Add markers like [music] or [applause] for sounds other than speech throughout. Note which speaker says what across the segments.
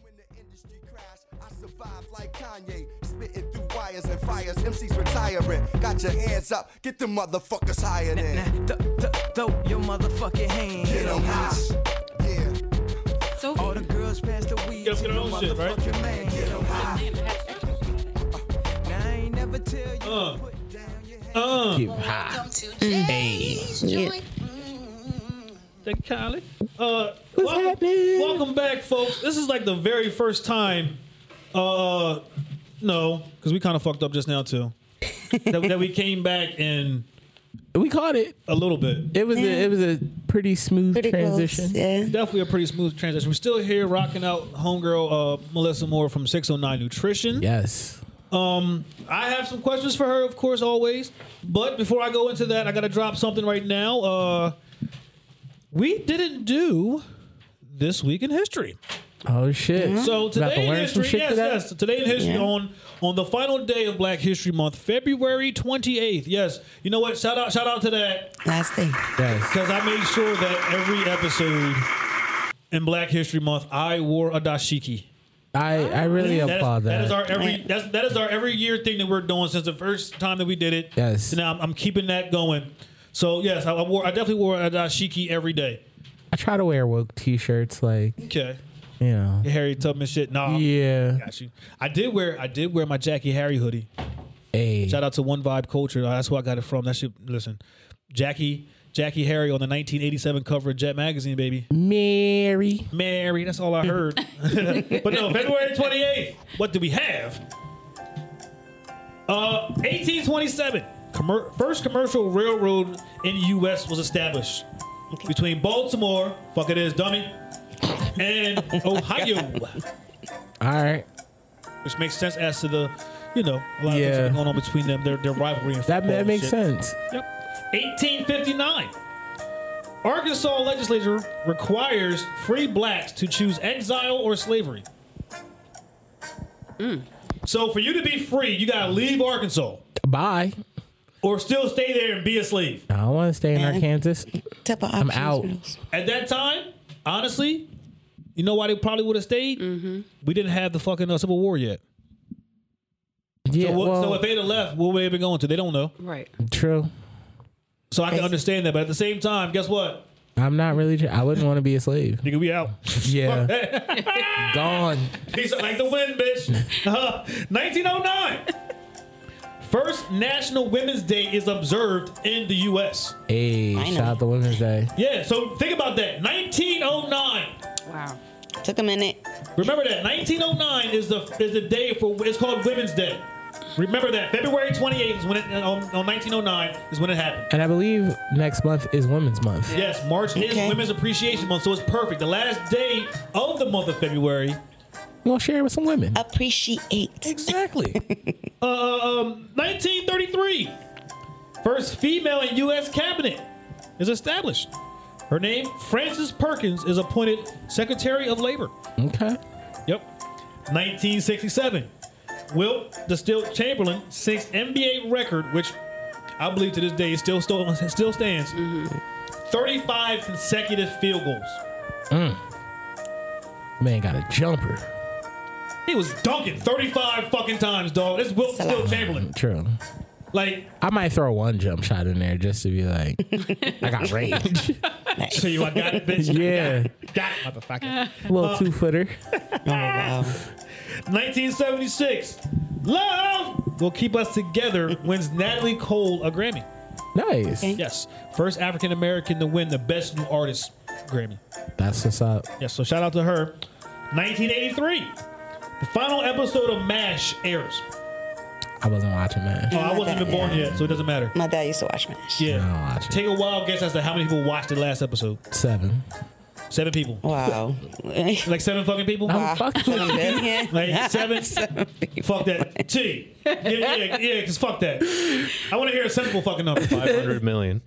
Speaker 1: When the industry crashed, I survived like Kanye, spitting through wires and fires. MC's retiring. Got your hands up, get the motherfuckers higher than.
Speaker 2: Now, th- th- throw your motherfucking hand.
Speaker 1: Get 'em high. Yeah.
Speaker 3: So
Speaker 2: All the girls pass the weed.
Speaker 4: Gotta
Speaker 2: to
Speaker 4: get
Speaker 2: the
Speaker 4: our own shit, right?
Speaker 2: motherfucking man. Get 'em high.
Speaker 3: damn, it has extra food in it.
Speaker 2: Now, I ain't never tell you.
Speaker 4: Uh.
Speaker 2: to Put down your hand.
Speaker 4: Uh,
Speaker 5: Hi.
Speaker 6: Welcome to Jay's
Speaker 5: Yeah.
Speaker 6: Joint. Mm.
Speaker 4: that Kylie. Uh, welcome,
Speaker 5: happening?
Speaker 4: welcome back, folks. This is like the very first time. Uh, no, because we kind of fucked up just now too. that, that we came back in
Speaker 5: We caught it.
Speaker 4: a little bit.
Speaker 5: It was a, it was a pretty smooth
Speaker 7: Pretty
Speaker 5: transition.
Speaker 7: close. Yeah.
Speaker 4: Definitely a pretty smooth transition. We're still here rocking out homegirl uh, Melissa Moore from 609 Nutrition.
Speaker 5: Yes.
Speaker 4: I have some questions for her, of course, always. But before I go into that, I gotta drop something right now. Uh, we didn't do this week in history.
Speaker 5: Oh shit.
Speaker 7: Mm-hmm.
Speaker 4: So
Speaker 5: About to
Speaker 4: today in
Speaker 5: learn some
Speaker 4: history,
Speaker 5: shit
Speaker 4: yes,
Speaker 5: today?
Speaker 4: yes. Today in history
Speaker 7: Yeah.
Speaker 4: on on the final day of Black History Month, February twenty eighth. Yes, you know what? Shout out, shout out to that
Speaker 7: Last thing.
Speaker 5: Yes.
Speaker 4: because I made sure that every episode in Black History Month, I wore a dashiki.
Speaker 5: I
Speaker 7: Ah.
Speaker 5: I really
Speaker 4: That is-
Speaker 5: applaud that.
Speaker 4: that is our every that's, that is our every year thing that we're doing since the first time that we did it.
Speaker 5: Yes.
Speaker 4: And now I'm, I'm keeping that going. So yes, I, I wore I definitely wore a dashiki every day.
Speaker 5: I try to wear woke t-shirts like,
Speaker 4: Okay.
Speaker 5: you know.
Speaker 4: Harry Tubman shit. Nah.
Speaker 5: Yeah.
Speaker 4: Got you. I did wear I did wear my Jackie Harry hoodie.
Speaker 5: Hey.
Speaker 4: Shout out to One Vibe Culture. That's where I got it from. That shit. Listen, Jackie Jackie Harry on the 1987 cover of Jet magazine, baby.
Speaker 5: Mary.
Speaker 4: Mary. That's all I heard. [laughs] but no, February 28th. What do we have? Uh, 1827. Commer- first commercial railroad in U.S. was established between Baltimore, fuck it is, dummy, and Ohio,
Speaker 5: All right.
Speaker 4: which makes sense as to the, you know, a lot of things
Speaker 5: Yeah.
Speaker 4: that are going on between them, their, their rivalry. And
Speaker 5: That
Speaker 4: football
Speaker 5: that
Speaker 4: and
Speaker 5: makes
Speaker 4: shit.
Speaker 5: sense.
Speaker 4: Yep. 1859. Arkansas legislature requires free blacks to choose exile or slavery.
Speaker 5: Mm.
Speaker 4: So for you to be free, you gotta leave Arkansas
Speaker 5: Bye.
Speaker 4: or still stay there and be a slave.
Speaker 5: I don't want to stay in
Speaker 7: Man.
Speaker 5: Arkansas.
Speaker 7: Type of
Speaker 5: I'm
Speaker 7: options
Speaker 5: out.
Speaker 7: for those.
Speaker 4: At that time, honestly, you know why they probably would have stayed?
Speaker 5: Mm-hmm.
Speaker 4: We didn't have the fucking uh, Civil War yet.
Speaker 5: Yeah.
Speaker 4: so, what,
Speaker 5: well,
Speaker 4: so if they'd have left, what would they have been going to? They don't know.
Speaker 3: Right.
Speaker 5: true.
Speaker 4: So I can understand that. But at the same time, guess what?
Speaker 5: I'm not really. Tr- I wouldn't want to be a
Speaker 4: [laughs]
Speaker 5: slave.
Speaker 4: Nigga, we out.
Speaker 5: Yeah. Gone.
Speaker 4: He's like the wind, bitch. [laughs] Uh, 1909. First National Women's Day is observed in the U.S.
Speaker 5: Hey,
Speaker 7: Finally.
Speaker 5: shout out to Women's Day.
Speaker 4: Yeah, so think about that. 1909.
Speaker 3: Wow.
Speaker 7: Took a minute.
Speaker 4: Remember that. 1909 is the is the day for it's called Women's Day. Remember that. February 28th is when it on, on 1909 is when it happened.
Speaker 5: And I believe next month is Women's Month.
Speaker 4: Yes, March
Speaker 7: Okay.
Speaker 4: is Women's Appreciation Month, so it's perfect. The last day of the month of February
Speaker 5: We're going to share it with some
Speaker 7: Uh,
Speaker 5: women.
Speaker 7: Appreciate.
Speaker 5: Exactly.
Speaker 7: [laughs]
Speaker 4: 1933, first female in U.S. cabinet is established. Her name, Frances Perkins, is appointed Secretary of Labor.
Speaker 5: okay.
Speaker 4: Yep. 1967, Wilt Distilled Chamberlain sinks NBA record, which I believe to this day is still still, still stands. 35 consecutive field goals.
Speaker 5: Man got a jumper.
Speaker 4: He was dunking 35 fucking times, dog. This is Wilt Distilled Chamberlain.
Speaker 5: True.
Speaker 4: Like,
Speaker 5: I might throw one jump shot in there just to be
Speaker 7: [laughs]
Speaker 5: like, I got range.
Speaker 4: so you, I got it,
Speaker 8: [laughs]
Speaker 4: bitch.
Speaker 5: yeah.
Speaker 4: Got it, motherfucker.
Speaker 5: Little two footer.
Speaker 7: Uh, [laughs] Oh wow.
Speaker 4: 1976. Love will keep us together wins Natalie Cole a Grammy.
Speaker 5: Nice.
Speaker 4: Yes. First African American to win the Best New Artist Grammy.
Speaker 5: That's what's up.
Speaker 4: Yes, so shout out to her. 1983. The final episode of MASH airs.
Speaker 5: I wasn't watching
Speaker 4: Oh,
Speaker 5: that.
Speaker 4: I wasn't even born yet, so it doesn't matter.
Speaker 7: My dad used to watch MASH.
Speaker 5: I'll
Speaker 4: Yeah.
Speaker 5: watch it.
Speaker 4: Take a wild guess as to how many people watched the last episode.
Speaker 5: Seven.
Speaker 4: Seven people.
Speaker 7: Wow.
Speaker 4: Like seven fucking people? [laughs]
Speaker 5: I'm fucked with you.
Speaker 7: [laughs]
Speaker 4: Like seven? fuck that. T. Yeah, yeah, yeah, because fuck that. I want to hear a sensible fucking number.
Speaker 8: 500 million.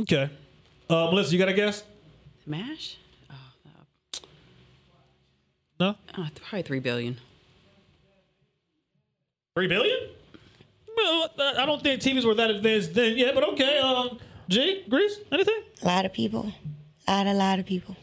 Speaker 4: Okay. Uh, Melissa, you got a guess?
Speaker 3: Mash? Oh, no.
Speaker 4: No?
Speaker 3: Oh, th- probably three billion.
Speaker 4: Three billion? Well, uh, I don't think TVs were that advanced then. Yeah, but
Speaker 3: [laughs]
Speaker 4: okay. Um, G, Greece, anything?
Speaker 7: A lot of people. A lot, a lot of people.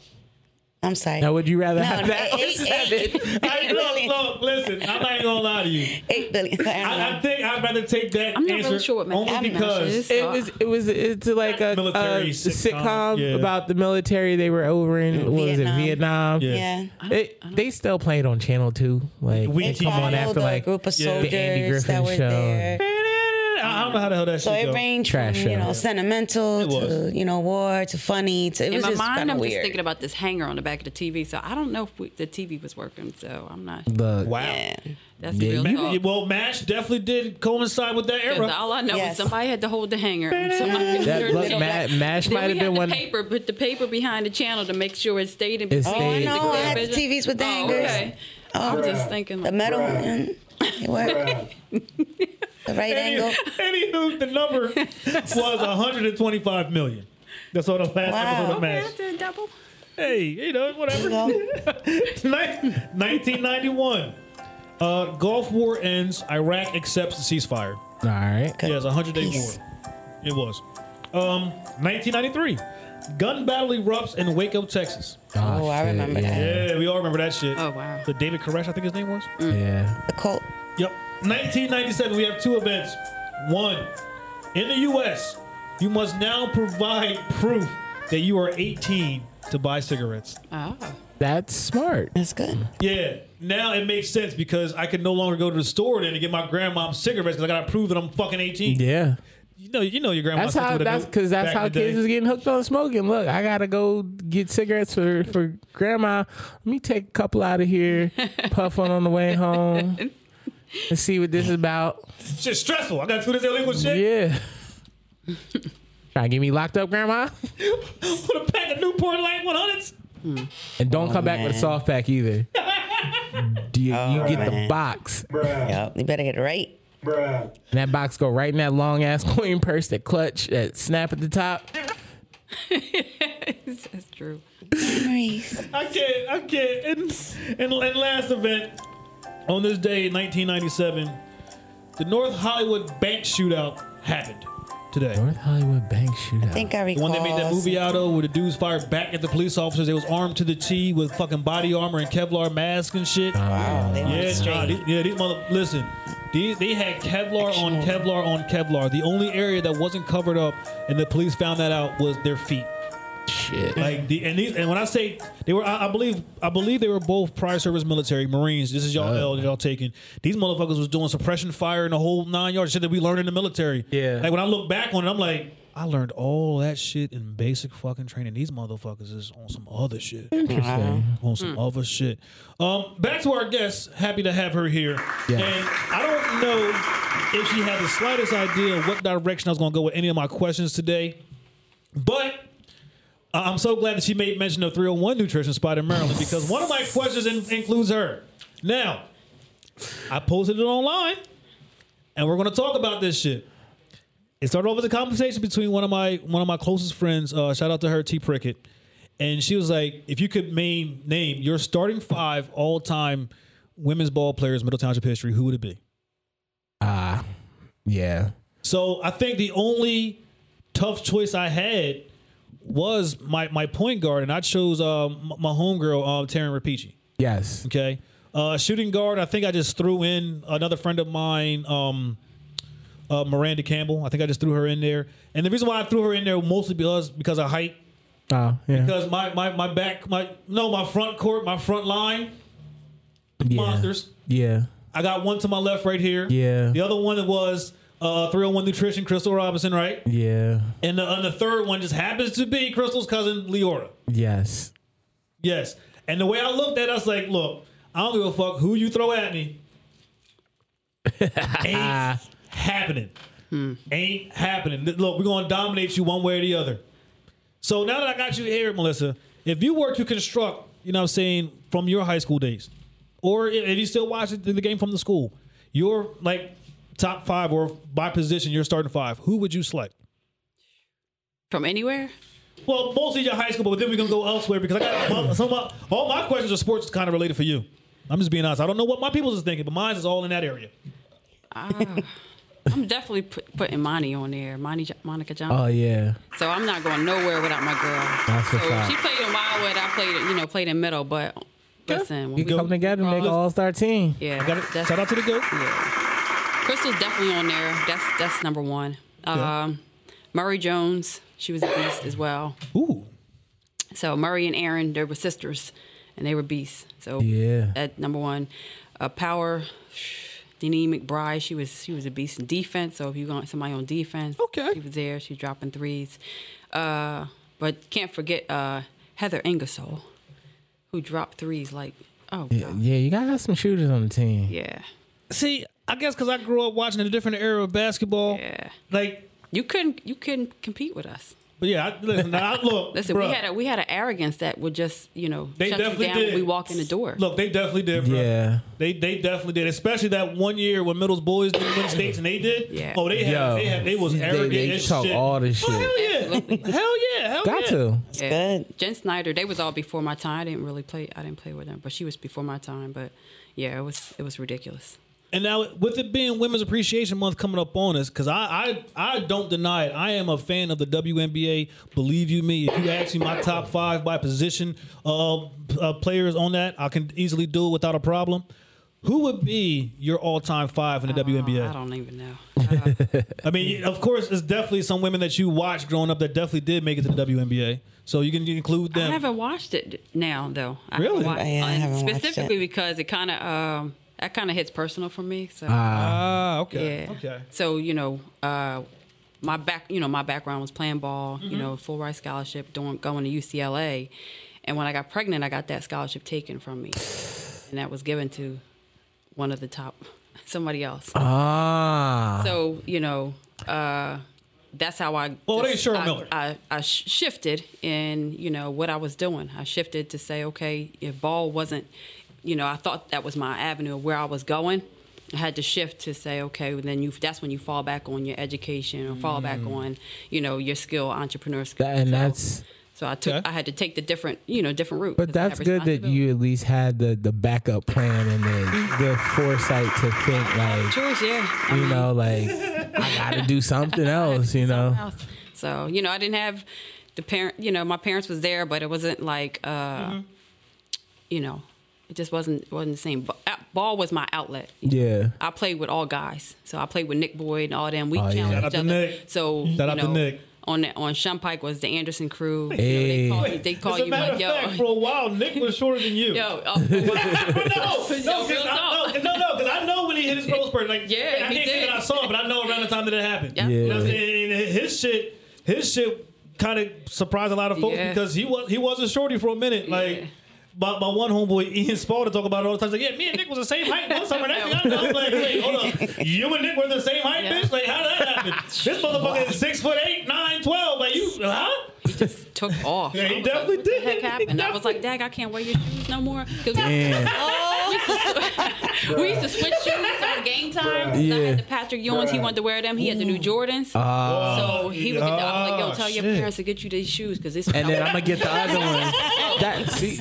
Speaker 7: I'm sorry.
Speaker 5: Now, would you rather have
Speaker 7: no,
Speaker 5: that or
Speaker 7: eight-
Speaker 5: seven?
Speaker 7: eight-
Speaker 4: I, look, look, listen, I'm not even gonna lie to
Speaker 3: [laughs]
Speaker 4: you.
Speaker 7: Eight billion.
Speaker 4: I, I think I'd rather take that
Speaker 3: I'm not
Speaker 4: answer
Speaker 3: really sure what
Speaker 4: only
Speaker 3: Manhattan
Speaker 4: because
Speaker 3: is.
Speaker 8: It was it was it's like a,
Speaker 4: Military
Speaker 8: a
Speaker 4: sitcom,
Speaker 8: sitcom,
Speaker 4: yeah.
Speaker 8: about the military they were over in what was it
Speaker 7: Vietnam.
Speaker 8: Vietnam.
Speaker 4: Yeah.
Speaker 7: yeah.
Speaker 8: It, they still played on Channel Two. Like
Speaker 4: We
Speaker 7: They
Speaker 4: keep on
Speaker 7: followed
Speaker 8: after,
Speaker 7: the
Speaker 8: like,
Speaker 7: group of
Speaker 4: yeah, the
Speaker 7: soldiers
Speaker 8: Andy
Speaker 7: that
Speaker 8: Griffin
Speaker 7: were
Speaker 8: show.
Speaker 7: there.
Speaker 4: I don't know how the hell that
Speaker 7: So
Speaker 4: shit
Speaker 7: it
Speaker 4: go.
Speaker 7: ranged
Speaker 8: Trash
Speaker 7: from you
Speaker 8: show.
Speaker 7: know sentimental
Speaker 4: was.
Speaker 7: to you know war to funny to it
Speaker 3: In
Speaker 7: was
Speaker 3: my
Speaker 7: just
Speaker 3: mind,
Speaker 7: kind of
Speaker 3: I'm
Speaker 7: weird.
Speaker 3: just thinking about this hanger on the back of the TV. So I don't know if we, the TV was working. So I'm not.
Speaker 5: Look,
Speaker 4: Wow.
Speaker 7: yeah.
Speaker 3: That's real
Speaker 4: Ma-
Speaker 3: talk.
Speaker 4: Well, Mash definitely did coincide with that
Speaker 3: 'Cause
Speaker 4: era.
Speaker 3: all I know is
Speaker 7: Yes.
Speaker 3: somebody had to hold the hanger. Somebody
Speaker 8: That- look,
Speaker 3: Then
Speaker 8: Ma- Mash
Speaker 3: we
Speaker 8: might have
Speaker 3: had
Speaker 8: been
Speaker 3: the
Speaker 8: one-
Speaker 3: Paper, put the paper behind the channel to make sure it stayed in.
Speaker 8: It
Speaker 3: between
Speaker 8: stayed.
Speaker 3: the
Speaker 8: Oh,
Speaker 7: no, I had
Speaker 3: television.
Speaker 7: the TVs with the
Speaker 3: Oh,
Speaker 7: hangers.
Speaker 3: okay.
Speaker 7: Oh,
Speaker 3: I'm just thinking.
Speaker 7: the
Speaker 3: Like,
Speaker 7: metal one. It worked. the right
Speaker 4: Any-
Speaker 7: angle.
Speaker 4: Anywho, the number was 125 million. That's on the last
Speaker 7: Wow.
Speaker 4: episode of
Speaker 3: okay,
Speaker 4: Mash.
Speaker 3: I did double.
Speaker 4: Hey, you know, whatever. [laughs]
Speaker 7: There you go.
Speaker 4: Nin- 1991. Uh, Gulf War ends. Iraq accepts the ceasefire.
Speaker 5: all right.
Speaker 4: Yes, a 100 day war.
Speaker 7: Peace.
Speaker 4: It was. Um, 1993. Gun battle erupts in Waco, Texas.
Speaker 7: Oh, I
Speaker 5: shit,
Speaker 7: remember
Speaker 5: yeah,
Speaker 7: that.
Speaker 4: Yeah, we all remember that shit.
Speaker 3: Oh, wow.
Speaker 4: The David Koresh, I think his name was.
Speaker 5: Yeah.
Speaker 7: The cult.
Speaker 4: Yep. 1997, we have two events. One, in the U.S., you must now provide proof that you are 18 to buy cigarettes.
Speaker 3: Oh,
Speaker 5: That's smart.
Speaker 7: That's good.
Speaker 4: Yeah, now it makes sense because I can no longer go to the store then to get my grandmom's cigarettes because I gotta prove that I'm fucking 18.
Speaker 5: Yeah.
Speaker 4: You know, you know your grandma.
Speaker 8: That's
Speaker 4: said
Speaker 8: how.
Speaker 4: what I
Speaker 8: That's
Speaker 4: do
Speaker 8: because that's
Speaker 4: back
Speaker 8: how
Speaker 4: in the
Speaker 8: kids
Speaker 4: day.
Speaker 8: was getting hooked on smoking. Look, I gotta go get cigarettes for for grandma. Let me take a couple out of
Speaker 7: [laughs]
Speaker 8: here, puff one on the way home, and see what this is about.
Speaker 4: It's just stressful. I gotta do this illegal shit
Speaker 8: Yeah. Trying to get me locked up, grandma,
Speaker 4: with a pack of Newport Light 100s.
Speaker 8: and don't come back with a
Speaker 7: Oh, man. Oh,
Speaker 8: soft pack
Speaker 7: [laughs]
Speaker 8: either. Do you, you get the
Speaker 7: man.
Speaker 8: box,
Speaker 7: Yep. You better get it right.
Speaker 8: and that box go right in that long
Speaker 5: [laughs]
Speaker 8: ass coin purse, that clutch, that snap at the top.
Speaker 3: that's true.
Speaker 7: Memories.
Speaker 4: I can't. I can't. And, and, and last event on this day, in 1997, the North Hollywood bank shootout happened today.
Speaker 5: North Hollywood Bank shootout.
Speaker 7: I think I
Speaker 4: The
Speaker 7: recall.
Speaker 4: one they made that movie uh, out of, where the dudes fired back at the police officers. They was armed to the T with fucking body armor and Kevlar mask and shit.
Speaker 7: Wow. They went
Speaker 4: yeah, nah,
Speaker 7: straight.
Speaker 4: these, yeah, these mother. Listen, these, they had Kevlar on Kevlar on Kevlar. The only area that wasn't covered up, and the police found that out, was their feet.
Speaker 5: shit.
Speaker 4: [laughs] Like the and these and when I say they were, I, I believe I believe they were both prior service military Marines. This is y'all L that y'all taking. These motherfuckers was doing suppression fire and the whole nine yards shit that we learned in the military.
Speaker 8: Yeah.
Speaker 4: Like when I look back on it, I'm like, I learned all that shit in basic fucking training. These motherfuckers is on some other shit. On some other shit. Um, back to our guest. Happy to have her here. And I don't know if she had the slightest idea what direction I was gonna go with any of my questions today, but. I- I'm so glad that she made mention of 301 Nutrition Spot in Maryland because one of my questions in- includes her. Now, I posted it online and we're going to talk about this shit. It started off as a conversation between one of my one of my closest friends. Uh, shout out to her, T Prickett, and she was like, "If you could name name your starting five all time women's ball players in Middle Township history, who would it be?"
Speaker 5: Ah. yeah.
Speaker 4: So I think the only tough choice I had was my, my point guard, and I chose um, m- my homegirl, um, Taryn Rapici.
Speaker 5: Yes.
Speaker 4: Okay. Uh, shooting guard, I think I just threw in another friend of mine, um, uh, Miranda Campbell. I think I just threw her in there. And the reason why I threw her in there mostly because, because of height,
Speaker 8: Oh, yeah.
Speaker 4: because my, my, my back, my no, my front court, my front line,
Speaker 5: Yeah.
Speaker 4: monsters.
Speaker 5: Yeah.
Speaker 4: I got one to my left right here.
Speaker 5: Yeah.
Speaker 4: The other one was uh, 301 Nutrition, Crystal Robinson, right?
Speaker 5: Yeah.
Speaker 4: And the, and the third one just happens to be Crystal's cousin, Leora.
Speaker 5: Yes.
Speaker 4: Yes. And the way I looked at it, I was like, look, I don't give a fuck who you throw at me. Ain't happening. Ain't happening. Th- Look, we're going to dominate you one way or the other. So now that I got you here, Melissa, if you were to construct, you know what I'm saying, from your high school days, or i- if you still watch the the game from the school, your like top five or by position, your starting five, who would you select?
Speaker 3: From anywhere?
Speaker 4: Well, mostly your high school, but then we're gonna go elsewhere because I got well, some of my, all my questions are sports kind of related for you. I'm just being honest. I don't know what my people's is thinking, but mine is all in that area.
Speaker 3: I'm definitely put, putting Monty on there. Monty, Jo- Monica Johnson.
Speaker 5: Oh yeah,
Speaker 3: So I'm not going nowhere without my girl.
Speaker 5: that's a
Speaker 3: So she
Speaker 5: fact.
Speaker 3: played in Wildwood. I played, in- you know, played in Middle. But listen, when
Speaker 8: You
Speaker 3: we,
Speaker 8: come together and make an all star team.
Speaker 3: yeah,
Speaker 4: Got it.
Speaker 3: that's-
Speaker 4: Shout out to the goat.
Speaker 3: Crystal's definitely on there. That's that's number one. Um, Murray Jones, she was a beast as well.
Speaker 4: Ooh,
Speaker 3: So Murray and Aaron, they were sisters, and they were beasts. So
Speaker 5: Yeah.
Speaker 3: at number one, uh, Power, [sighs] Denise McBride, she was she was a beast in defense. So if you want somebody on defense,
Speaker 4: Okay.
Speaker 3: she was there. She dropping threes, uh, but can't forget uh, Heather Ingersoll, who dropped threes like oh
Speaker 5: yeah,
Speaker 3: god.
Speaker 5: yeah. You gotta have some shooters on the team.
Speaker 3: yeah.
Speaker 4: see, I guess because I grew up watching a different era of basketball.
Speaker 3: Yeah.
Speaker 4: Like,
Speaker 3: You couldn't you couldn't compete with us.
Speaker 4: but yeah, I, listen, I, look,
Speaker 3: Listen,
Speaker 4: bruh,
Speaker 3: we had a we had an arrogance that would just you know
Speaker 4: they
Speaker 3: shut you
Speaker 4: definitely
Speaker 3: down
Speaker 4: did.
Speaker 3: when we walk in the door.
Speaker 4: Look, they definitely did. bruh.
Speaker 5: Yeah.
Speaker 4: They they definitely did, especially that one year when Middle's boys didn't win states and they did.
Speaker 3: Yeah.
Speaker 4: Oh, they had,
Speaker 5: Yo.
Speaker 4: they, had they was
Speaker 5: They,
Speaker 4: arrogant
Speaker 5: they
Speaker 4: as
Speaker 5: talk
Speaker 4: shit.
Speaker 5: all this
Speaker 4: Oh,
Speaker 5: shit.
Speaker 4: hell yeah, hell yeah, hell
Speaker 5: Got
Speaker 4: yeah.
Speaker 5: to.
Speaker 7: It's
Speaker 3: Yeah.
Speaker 7: good.
Speaker 3: Jen Snyder, they was all before my time. I didn't really play. I didn't play with them, but she was before my time. But yeah, it was it was ridiculous.
Speaker 4: And now, with it being Women's Appreciation Month coming up on us, because I, I I don't deny it, I am a fan of the WNBA. Believe you me, if you ask me my top five by position uh, p- uh, players on that, I can easily do it without a problem. Who would be your all-time five in the WNBA?
Speaker 3: Uh, I don't even know. Uh,
Speaker 4: I mean, of course, it's definitely some women that you watched growing up that definitely did make it to the WNBA. So you can include [laughs]
Speaker 3: I
Speaker 4: them.
Speaker 3: haven't watched it now though. I
Speaker 4: Really?
Speaker 3: haven't watched-
Speaker 7: Yeah, I
Speaker 3: and
Speaker 7: haven't watched it.
Speaker 3: specifically because it kind of um, that kind of hits personal for me. So
Speaker 4: Ah, okay,
Speaker 3: yeah.
Speaker 4: okay.
Speaker 3: So you know, uh, my back, you know, my background was playing ball.
Speaker 4: Mm-hmm.
Speaker 3: You know, full ride scholarship, doing going to UCLA, and when I got pregnant, I got that scholarship taken from me, and that was given to one of the top, somebody else.
Speaker 5: Ah,
Speaker 3: So you know, uh, that's how I.
Speaker 4: Well, it ain't Cheryl
Speaker 3: I,
Speaker 4: Miller.
Speaker 3: I, I sh- shifted in you know what I was doing. I shifted to say, okay, if ball wasn't, you know, I thought that was my avenue of where I was going. I had to shift to say, okay, well, then you. That's when you fall back on your education or fall back on, you know, your skill, entrepreneur skill.
Speaker 5: Mm. That- and that's-
Speaker 3: So I took.
Speaker 4: Okay.
Speaker 3: I had to take the different, you know, different route.
Speaker 5: but
Speaker 3: 'cause I had
Speaker 5: that's good that
Speaker 3: responsibility.
Speaker 5: you at least had the the backup plan and the the foresight to think like
Speaker 3: Choice, yeah. I
Speaker 5: you
Speaker 3: mean,
Speaker 5: know like I gotta do something else. You
Speaker 3: something
Speaker 5: know.
Speaker 3: else. So you know, I didn't have the parent. You know, my parents was there, but it wasn't like, uh,
Speaker 4: Mm-hmm.
Speaker 3: you know, it just wasn't it wasn't the same. But uh, ball was my outlet.
Speaker 5: Yeah.
Speaker 3: I played with all guys, so I played with Nick Boyd and all them. We
Speaker 5: Oh, yeah.
Speaker 3: challenged
Speaker 5: Shout
Speaker 4: out
Speaker 3: each
Speaker 4: to
Speaker 3: other.
Speaker 4: Nick.
Speaker 3: So
Speaker 4: Shout
Speaker 3: you
Speaker 4: out to
Speaker 3: know,
Speaker 4: Nick.
Speaker 3: On the, on Shumpike was the Anderson crew.
Speaker 5: Hey.
Speaker 3: You know, they call you, they call
Speaker 4: As a
Speaker 3: you
Speaker 4: matter
Speaker 3: like
Speaker 4: of
Speaker 3: yo.
Speaker 4: fact, for a while, Nick was shorter than you.
Speaker 3: [laughs] Yo,
Speaker 4: no,
Speaker 3: oh,
Speaker 4: no, because
Speaker 3: Yo, real
Speaker 4: I,
Speaker 3: talk.
Speaker 4: no, no, no, 'cause I know when he hit his post bird. Like,
Speaker 3: Yeah,
Speaker 4: and I
Speaker 3: he
Speaker 4: can't say
Speaker 3: did.
Speaker 4: that I saw it, but I know around the time that it happened.
Speaker 3: Yeah.
Speaker 4: You know what I'm
Speaker 5: Yeah.
Speaker 4: saying? And his shit, his shit kind of surprised a lot of folks
Speaker 3: Yeah.
Speaker 4: because he was he was a shorty for a minute. Like,
Speaker 3: Yeah.
Speaker 4: my, my one homeboy Ian Spalding talk about it all the time. He's like, yeah, me and Nick was the same height one summer. Next thing I know, I'm like, wait, hold up, you and Nick were the same height,
Speaker 3: Yeah.
Speaker 4: bitch. Like, how did that happen? this motherfucker is six foot eight, nine, twelve. Like, you, huh?
Speaker 3: he just took off.
Speaker 4: Yeah, he
Speaker 3: I was
Speaker 4: definitely
Speaker 3: like, what
Speaker 4: did.
Speaker 3: The heck
Speaker 4: He
Speaker 3: happened? I was like, Dag, I can't wear your shoes no more. 'Cause we-
Speaker 5: [laughs]
Speaker 3: we used to switch shoes on game time. 'cause I
Speaker 5: Yeah.
Speaker 3: had the Patrick Ewans. He wanted to wear them. He had the new Jordans.
Speaker 5: Ah.
Speaker 3: so he would get the, I was
Speaker 4: Ah,
Speaker 3: like, yo, tell your
Speaker 5: shit.
Speaker 3: parents to get you these shoes because this.
Speaker 5: And then I'm gonna get the other one. That, see,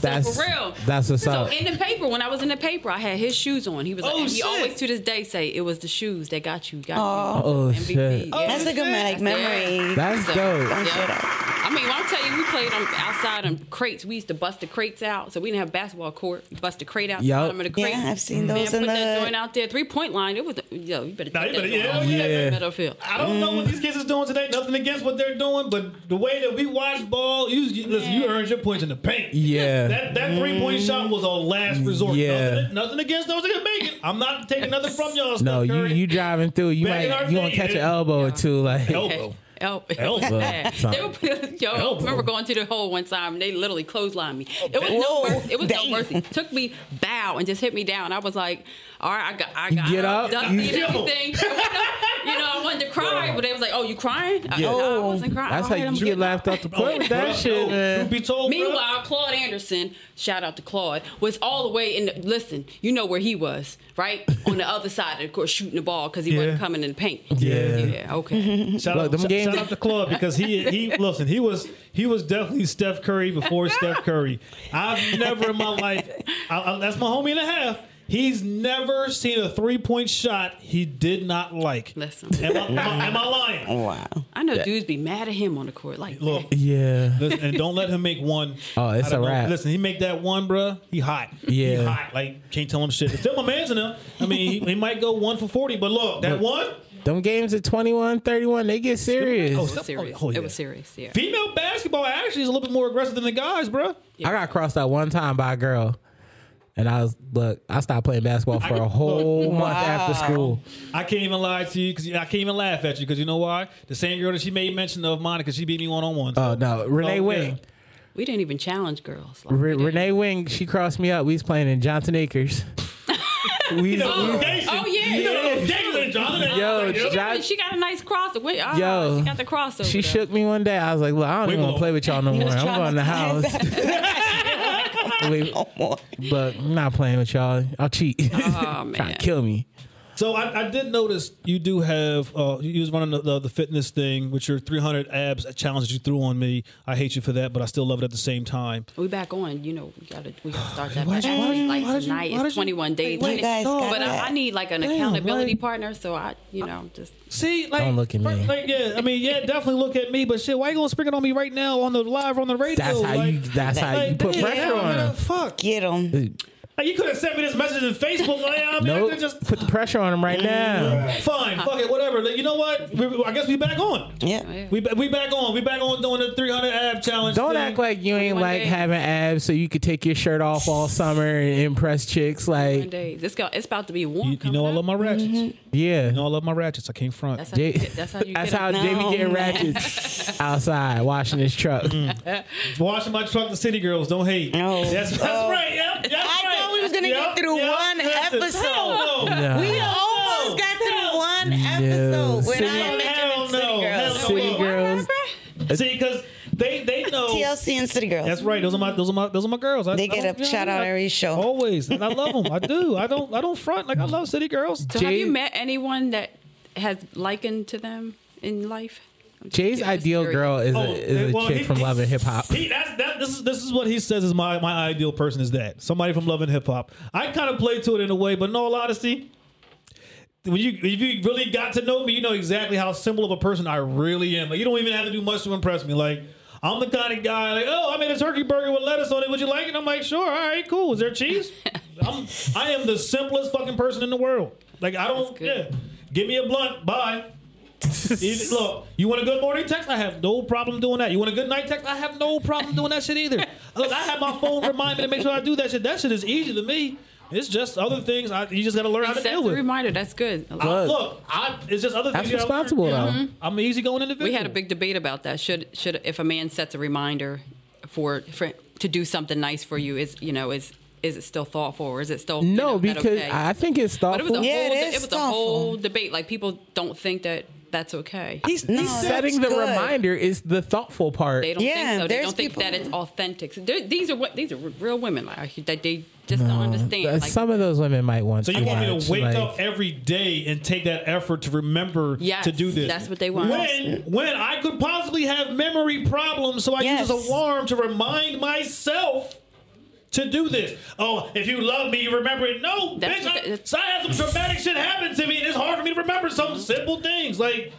Speaker 5: that's
Speaker 3: [laughs] for real.
Speaker 5: That's what's
Speaker 3: So
Speaker 5: up.
Speaker 3: in the paper, when I was in the paper, I had his shoes on. He was like,
Speaker 4: Oh,
Speaker 3: and he
Speaker 4: shit.
Speaker 3: always to this day say it was the shoes that got you, got you.
Speaker 5: Oh
Speaker 3: MVP.
Speaker 5: shit.
Speaker 3: Yeah.
Speaker 7: That's a good like, memory.
Speaker 5: That's dope.
Speaker 7: Don't shut up.
Speaker 3: I mean, when I tell you, we played on outside on crates. We used to bust the crates out, so we didn't have basketball court. We Bust the crate out. the
Speaker 5: Yup.
Speaker 3: bottom of the crate.
Speaker 7: Yeah, I've seen
Speaker 3: Man,
Speaker 7: those in
Speaker 3: put that
Speaker 7: the-
Speaker 3: joint out there. Three point line. It was yo. You better.
Speaker 4: Nah,
Speaker 3: take
Speaker 4: you
Speaker 3: that
Speaker 4: better-
Speaker 3: joint
Speaker 4: yeah,
Speaker 3: out.
Speaker 4: yeah.
Speaker 3: Every middle field.
Speaker 4: I don't know what these kids is doing today. Nothing against what they're doing, but the way that we watch ball, you you- listen, you earned your points in the paint.
Speaker 5: Yeah. Mm.
Speaker 4: That that three point shot was a last resort.
Speaker 5: Yeah.
Speaker 4: Nothing, nothing against those that can make it. I'm not taking nothing from y'all.
Speaker 5: No,
Speaker 4: Steph
Speaker 5: you
Speaker 4: Curry.
Speaker 5: you driving through, you
Speaker 4: Back in
Speaker 5: might
Speaker 4: our
Speaker 5: you gonna
Speaker 4: day,
Speaker 5: catch an
Speaker 4: dude.
Speaker 5: elbow or two, like [laughs]
Speaker 4: elbow.
Speaker 3: Elbow.
Speaker 4: Elbow.
Speaker 3: Yeah.
Speaker 5: Sorry.
Speaker 3: They were, [laughs] yo,
Speaker 4: Elbow.
Speaker 3: I remember going to the hole one time and they literally clotheslined me. It was
Speaker 7: Whoa,
Speaker 3: no mercy. It was
Speaker 7: damn.
Speaker 3: no mercy. Took me bow and just hit me down. I was like, all right, I got, I got
Speaker 5: get up,
Speaker 3: dusty
Speaker 5: you-
Speaker 3: and everything. you know, I wanted to cry, but they was like, oh, you crying? I,
Speaker 5: Yeah.
Speaker 3: no, I wasn't crying.
Speaker 5: that's
Speaker 3: All
Speaker 5: how
Speaker 3: right,
Speaker 5: you
Speaker 3: I'm
Speaker 5: get
Speaker 3: getting
Speaker 5: laughed
Speaker 3: up.
Speaker 5: off the
Speaker 3: [laughs]
Speaker 5: Oh, court with that
Speaker 4: Bruh,
Speaker 5: shit,
Speaker 4: no, truth
Speaker 5: man.
Speaker 4: Oh, be told, bruh,
Speaker 3: Meanwhile, Claude Anderson, shout out to Claude, was all the way in. The, listen, you know where he was, right? On the other side of the court, shooting the ball because he
Speaker 4: Yeah.
Speaker 3: wasn't coming in the paint.
Speaker 5: Yeah. [laughs]
Speaker 3: yeah, okay.
Speaker 4: Shout,
Speaker 5: Look,
Speaker 4: out,
Speaker 5: them
Speaker 4: shout,
Speaker 5: games-
Speaker 4: shout out to Claude because he he listen he was he was definitely Steph Curry before Steph Curry. I've never in my life I, I- that's my homie and a half. He's never seen a three point shot he did not like.
Speaker 3: Listen,
Speaker 4: Am I, am I, am I lying?
Speaker 7: Wow.
Speaker 3: I know dudes be mad at him on the court. Like,
Speaker 4: Look,
Speaker 8: Yeah.
Speaker 4: listen, and don't let him make one.
Speaker 5: Oh, it's
Speaker 4: I don't
Speaker 5: a
Speaker 4: know.
Speaker 5: wrap.
Speaker 4: Listen, he make that one, bruh. He hot.
Speaker 8: Yeah.
Speaker 4: he hot. Like can't tell him shit. It's still my man's in him. I mean, he, he might go one for forty, but look, that one
Speaker 8: Them games at 21, 31, they get serious.
Speaker 4: Oh,
Speaker 3: it was serious.
Speaker 4: yeah.
Speaker 3: It was serious. Yeah.
Speaker 4: Female basketball actually is a little bit more aggressive than the guys, bruh.
Speaker 8: I got crossed out one time by a girl, and I was look. I stopped playing basketball for a whole month after school.
Speaker 4: I can't even lie to you because I can't even laugh at you because you know why? The same girl that she made mention of Monica, she beat me one on one.
Speaker 8: Oh no, Renee
Speaker 4: yeah.
Speaker 8: Wing.
Speaker 3: We didn't even challenge girls. Like,
Speaker 8: Re- Renee Wing. She crossed me up. We was playing in Johnson
Speaker 3: [laughs]
Speaker 8: Acres. we,
Speaker 4: Oh,
Speaker 8: we-
Speaker 3: oh, yeah.
Speaker 4: You know, Dayton, Jonathan.
Speaker 8: yo,
Speaker 3: she,
Speaker 8: John,
Speaker 3: she got a nice crossover. Wait, oh,
Speaker 8: Yo.
Speaker 3: she got the crossover.
Speaker 8: she shook me one day. I was like, "Look, I don't even want
Speaker 4: won't.
Speaker 8: to play with
Speaker 3: [laughs]
Speaker 8: y'all no more. I'm going to the house." [laughs] We-
Speaker 7: Boy.
Speaker 8: but I'm not playing with y'all. I'll cheat. [laughs]
Speaker 3: Oh
Speaker 8: Trying
Speaker 3: man.
Speaker 8: to kill me.
Speaker 4: So I, I did notice you do have uh, you was running the, the, the fitness thing with your 300 abs challenge that you threw on me. I hate you for that, but I still love it at the same time.
Speaker 3: We back on. You know, we gotta we gotta start that
Speaker 4: Why
Speaker 3: back.
Speaker 4: did you- why did you- why
Speaker 3: like
Speaker 4: did you-
Speaker 3: tonight
Speaker 4: why did you-
Speaker 3: is 21 days.
Speaker 7: wait,
Speaker 3: in.
Speaker 7: guys, got
Speaker 3: but I,
Speaker 7: that.
Speaker 3: I need like an accountability partner, so I, you know, just
Speaker 4: See, like,
Speaker 8: Don't look at me.
Speaker 4: Like, yeah, I mean, yeah, definitely look at me, but shit, why you gonna spring it on me right now on the live on the radio?
Speaker 8: That's how
Speaker 4: Like-
Speaker 8: you. That's how you
Speaker 4: like,
Speaker 8: put
Speaker 4: damn,
Speaker 8: pressure on
Speaker 4: man,
Speaker 8: them.
Speaker 4: Fuck.
Speaker 7: Get him.
Speaker 4: Like, you could have sent me this message in Facebook. Like, I mean, I
Speaker 8: Nope.
Speaker 4: could just
Speaker 8: Put the pressure on them [laughs] right now.
Speaker 4: fine, fuck it, whatever. Like, you know what? We, I guess we back on.
Speaker 7: Yeah.
Speaker 4: We ba- we back on. We back on doing the 300 ab challenge.
Speaker 8: Don't
Speaker 4: thing.
Speaker 8: act like you ain't
Speaker 3: 21
Speaker 8: like
Speaker 3: days.
Speaker 8: having abs so you could take your shirt off all summer and impress chicks.
Speaker 3: one
Speaker 8: Like,
Speaker 3: day. It's, go, it's about to be warm.
Speaker 4: You, you know I
Speaker 3: coming
Speaker 4: love
Speaker 3: up.
Speaker 7: Mm-hmm.
Speaker 4: my ratchets.
Speaker 8: yeah.
Speaker 4: You know I love my ratchets. I came front.
Speaker 3: That's how, you
Speaker 8: Jay-
Speaker 3: get, that's how
Speaker 8: [laughs]
Speaker 3: you
Speaker 8: That's
Speaker 3: get
Speaker 8: how
Speaker 3: them.
Speaker 8: Jimmy
Speaker 7: No,
Speaker 8: get
Speaker 7: man.
Speaker 3: [laughs]
Speaker 8: ratchets outside washing his truck.
Speaker 4: Mm, Washing my truck to City Girls. Don't hate.
Speaker 7: No.
Speaker 4: That's, that's
Speaker 7: Oh.
Speaker 4: right. Yep, that's
Speaker 7: I
Speaker 4: right.
Speaker 7: thought we was gonna get through one episode.
Speaker 4: Hell no.
Speaker 8: No.
Speaker 7: We almost got through one episode when I
Speaker 8: City-
Speaker 7: mentioned
Speaker 4: Hell
Speaker 7: City
Speaker 4: no. Hell
Speaker 7: Girls.
Speaker 8: City
Speaker 4: no.
Speaker 8: girls.
Speaker 4: See, because they they know.
Speaker 7: TLC and City Girls.
Speaker 4: That's right. Those are my those are my those are my girls. I,
Speaker 7: They
Speaker 4: I
Speaker 7: get
Speaker 4: don't-
Speaker 7: a shout out
Speaker 4: I-
Speaker 7: every show.
Speaker 4: Always, and I love them. I do. I don't. I don't front like I love City Girls.
Speaker 3: So have you
Speaker 8: Jay-
Speaker 3: met anyone that has likened to them in life? I'm
Speaker 8: [laughs]
Speaker 3: just
Speaker 8: Jay's
Speaker 3: curious.
Speaker 8: ideal girl is
Speaker 4: Oh,
Speaker 8: a, is a
Speaker 4: well,
Speaker 8: chick
Speaker 4: he-
Speaker 8: from Love and
Speaker 4: [laughs]
Speaker 8: Hip Hop.
Speaker 4: He, that's, that, this is this is what he says is my, my ideal person is that somebody from Love and Hip Hop. I kind of play to it in a way, but in all honesty, when you if you really got to know me, you know exactly how simple of a person I really am. Like, you don't even have to do much to impress me. Like I'm the kind of guy like, oh, I made a turkey burger with lettuce on it. Would you like it? I'm like, sure. All right, cool. Is there cheese? I'm I am the simplest fucking person in the world. Like I don't yeah.
Speaker 3: good.
Speaker 4: Give me a blunt. Bye.
Speaker 3: [laughs]
Speaker 4: Either- Look, you want a good morning text? I have no problem doing that. You want a good night text? I have no problem doing that shit
Speaker 3: [laughs]
Speaker 4: either. Look, I have my phone remind me to make sure I do that shit. That shit is easy to me. It's just other things I, you just got to learn how to
Speaker 3: Set
Speaker 4: deal
Speaker 3: the
Speaker 4: with.
Speaker 3: reminder. That's good. I-
Speaker 8: Look,
Speaker 4: Look, I, it's just other
Speaker 8: That's
Speaker 4: things. you gotta learn.
Speaker 8: responsible, though.
Speaker 3: Mm-hmm.
Speaker 4: I'm an easygoing individual.
Speaker 3: we had a big debate about that. Should should if a man sets a reminder for, for to do something nice for you is you know is is it still thoughtful or is it still you
Speaker 8: No,
Speaker 3: know, not
Speaker 8: because
Speaker 3: okay?
Speaker 8: I think it's
Speaker 3: But it was
Speaker 8: thoughtful.
Speaker 3: a
Speaker 7: Yeah, it
Speaker 3: whole de-
Speaker 7: is
Speaker 3: it was a
Speaker 7: thoughtful.
Speaker 3: whole debate. Like people don't think that that's okay.
Speaker 4: He's,
Speaker 7: No,
Speaker 4: he's
Speaker 7: that's
Speaker 8: Setting the
Speaker 7: good.
Speaker 8: reminder is the thoughtful part.
Speaker 3: They don't
Speaker 7: Yeah,
Speaker 3: think so. They
Speaker 7: there's
Speaker 3: don't think
Speaker 7: people-
Speaker 3: that it's authentic. So there- these are what these are real women like that they just don't
Speaker 8: Uh,
Speaker 3: understand. Like,
Speaker 8: Some of those women might want
Speaker 4: So you
Speaker 8: to
Speaker 4: want me
Speaker 8: watch,
Speaker 4: to wake
Speaker 8: like-
Speaker 4: up every day and take that effort to remember
Speaker 3: Yes,
Speaker 4: to do this?
Speaker 3: that's what they want.
Speaker 4: When when I could possibly have memory problems, so I
Speaker 7: Yes.
Speaker 4: use alarm to remind myself to do this. Oh, if you love me, you remember it. No,
Speaker 3: That's Mm-hmm.
Speaker 4: bitch,
Speaker 3: what
Speaker 4: I,
Speaker 3: they-
Speaker 4: so I had some traumatic shit happen to me, and it's hard for me to remember some simple things like.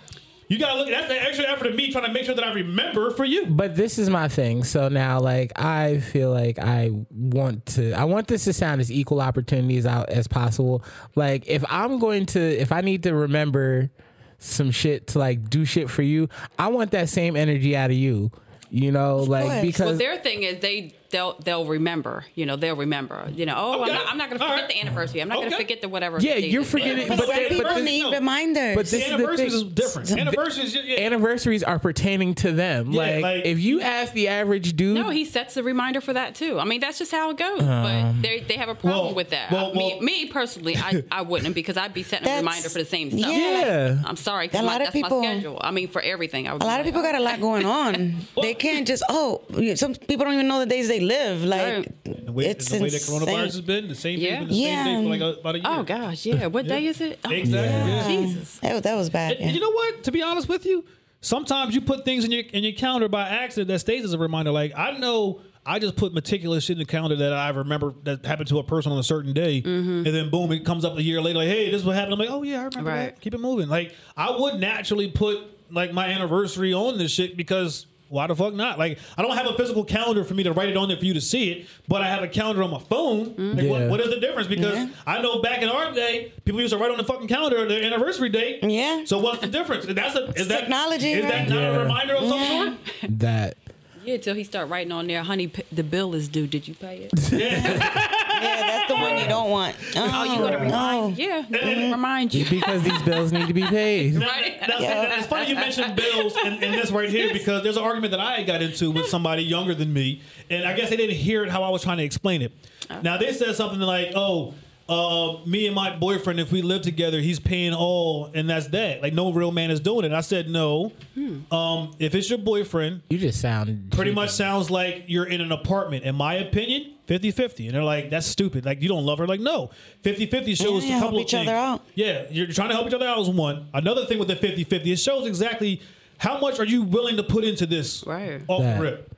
Speaker 4: You gotta look. That's the extra effort of me trying to make sure that I remember for you.
Speaker 8: but this is my thing. So now, like, I feel like I want to. I want this to sound as equal opportunities out as possible. Like, if I'm going to, if I need to remember some shit to like do shit for you, I want that same energy out of you. You know, like
Speaker 7: course.
Speaker 8: because
Speaker 3: Well, their thing is they they'll they'll remember. You know, they'll remember. You know, oh,
Speaker 4: Okay.
Speaker 3: I'm not, I'm not going to
Speaker 4: All
Speaker 3: forget
Speaker 4: right.
Speaker 3: the anniversary. I'm not going
Speaker 4: Okay.
Speaker 3: to forget the whatever.
Speaker 8: Yeah,
Speaker 3: date
Speaker 8: you're
Speaker 3: it is.
Speaker 8: forgetting-
Speaker 7: But,
Speaker 8: But
Speaker 7: some
Speaker 8: they- but
Speaker 7: people
Speaker 8: this-
Speaker 7: need
Speaker 4: no.
Speaker 7: reminders.
Speaker 8: But this- is the
Speaker 4: Anniversaries is
Speaker 8: thing.
Speaker 4: different. Anniversaries, yeah, yeah.
Speaker 8: anniversaries are pertaining to them.
Speaker 4: Yeah,
Speaker 8: like,
Speaker 4: like-
Speaker 8: if you ask the average dude,
Speaker 3: No, he sets a reminder for that too. I mean, that's just how it goes. but they they have a problem
Speaker 4: well,
Speaker 3: with that.
Speaker 4: well,
Speaker 3: me,
Speaker 4: well-
Speaker 3: me personally,
Speaker 4: [laughs]
Speaker 3: I, I wouldn't because I'd be setting a
Speaker 7: That's-
Speaker 3: reminder for the same stuff.
Speaker 7: Yeah.
Speaker 3: I'm sorry, 'cause
Speaker 7: A
Speaker 3: my-
Speaker 7: lot of
Speaker 3: that's
Speaker 7: people-
Speaker 3: my schedule. I mean, for everything, I would
Speaker 7: A lot of people got a lot going on. they can't just oh, you- some people don't even know the days they live. Like
Speaker 3: Right.
Speaker 4: the way,
Speaker 7: it's
Speaker 4: and the way that
Speaker 7: insane.
Speaker 4: coronavirus has been, the same
Speaker 3: Yeah.
Speaker 4: thing, the
Speaker 7: Yeah.
Speaker 4: same day for like a, about a year.
Speaker 3: [laughs] Oh gosh, yeah. What day is it? Oh,
Speaker 4: Exactly. Yeah.
Speaker 3: Jesus.
Speaker 7: That, that was bad.
Speaker 4: And, and you know what? To be honest with you, sometimes you put things in your in your calendar by accident that stays as a reminder. Like I know I just put meticulous shit in the calendar that I remember that happened to a person on a certain day, and then boom, it comes up a year later. Like, hey, this is what happened. I'm like, oh yeah, I remember
Speaker 3: Right.
Speaker 4: that. Keep it moving. Like, I would naturally put like my anniversary on this shit because why the fuck not? Like, I don't have a physical calendar for me to write it on there for you to see it, but I have a calendar on my phone. Like, what,
Speaker 8: Yeah.
Speaker 4: what is the difference? Because I know back in our day, people used to write on the fucking calendar their anniversary date.
Speaker 7: Yeah.
Speaker 4: So what's the difference? That's a is that
Speaker 7: Technology,
Speaker 4: Is that
Speaker 7: right?
Speaker 4: not
Speaker 8: Yeah.
Speaker 4: a reminder of some sort?
Speaker 8: That
Speaker 3: Yeah, till he start writing on there, honey, p- the bill is due. Did you pay
Speaker 7: [laughs]
Speaker 3: it?
Speaker 7: Yeah, that's the one you
Speaker 4: [laughs]
Speaker 7: don't want. Oh,
Speaker 3: you gonna
Speaker 7: no.
Speaker 3: remind? Yeah, gonna remind you. [laughs]
Speaker 8: because these bills need to be paid.
Speaker 4: Now, [laughs] now, see, now, it's funny you mentioned bills and, and this right
Speaker 7: [laughs]
Speaker 4: here because there's an argument that I got into with somebody younger than me, and I guess they didn't hear it how I was trying to explain it.
Speaker 7: Oh.
Speaker 4: Now they said something like, "Oh, uh, me and my boyfriend, if we live together, he's paying all, and that's that. Like no real man is doing it." And I said, "No,
Speaker 7: Hmm.
Speaker 4: um, if it's your boyfriend,
Speaker 8: You just sound
Speaker 4: pretty much sounds like you're in an apartment. In my opinion, 50 50. And they're like, that's stupid. Like, you don't love her. Like, no. 50 50 shows
Speaker 7: Yeah,
Speaker 4: a
Speaker 7: help
Speaker 4: couple of
Speaker 7: each other
Speaker 4: things.
Speaker 7: out.
Speaker 4: Yeah, you're trying to help each other out is one. Another thing with the 50 50, it shows exactly how much are you willing to put into this
Speaker 3: Right.
Speaker 4: off
Speaker 8: That.
Speaker 4: the rip.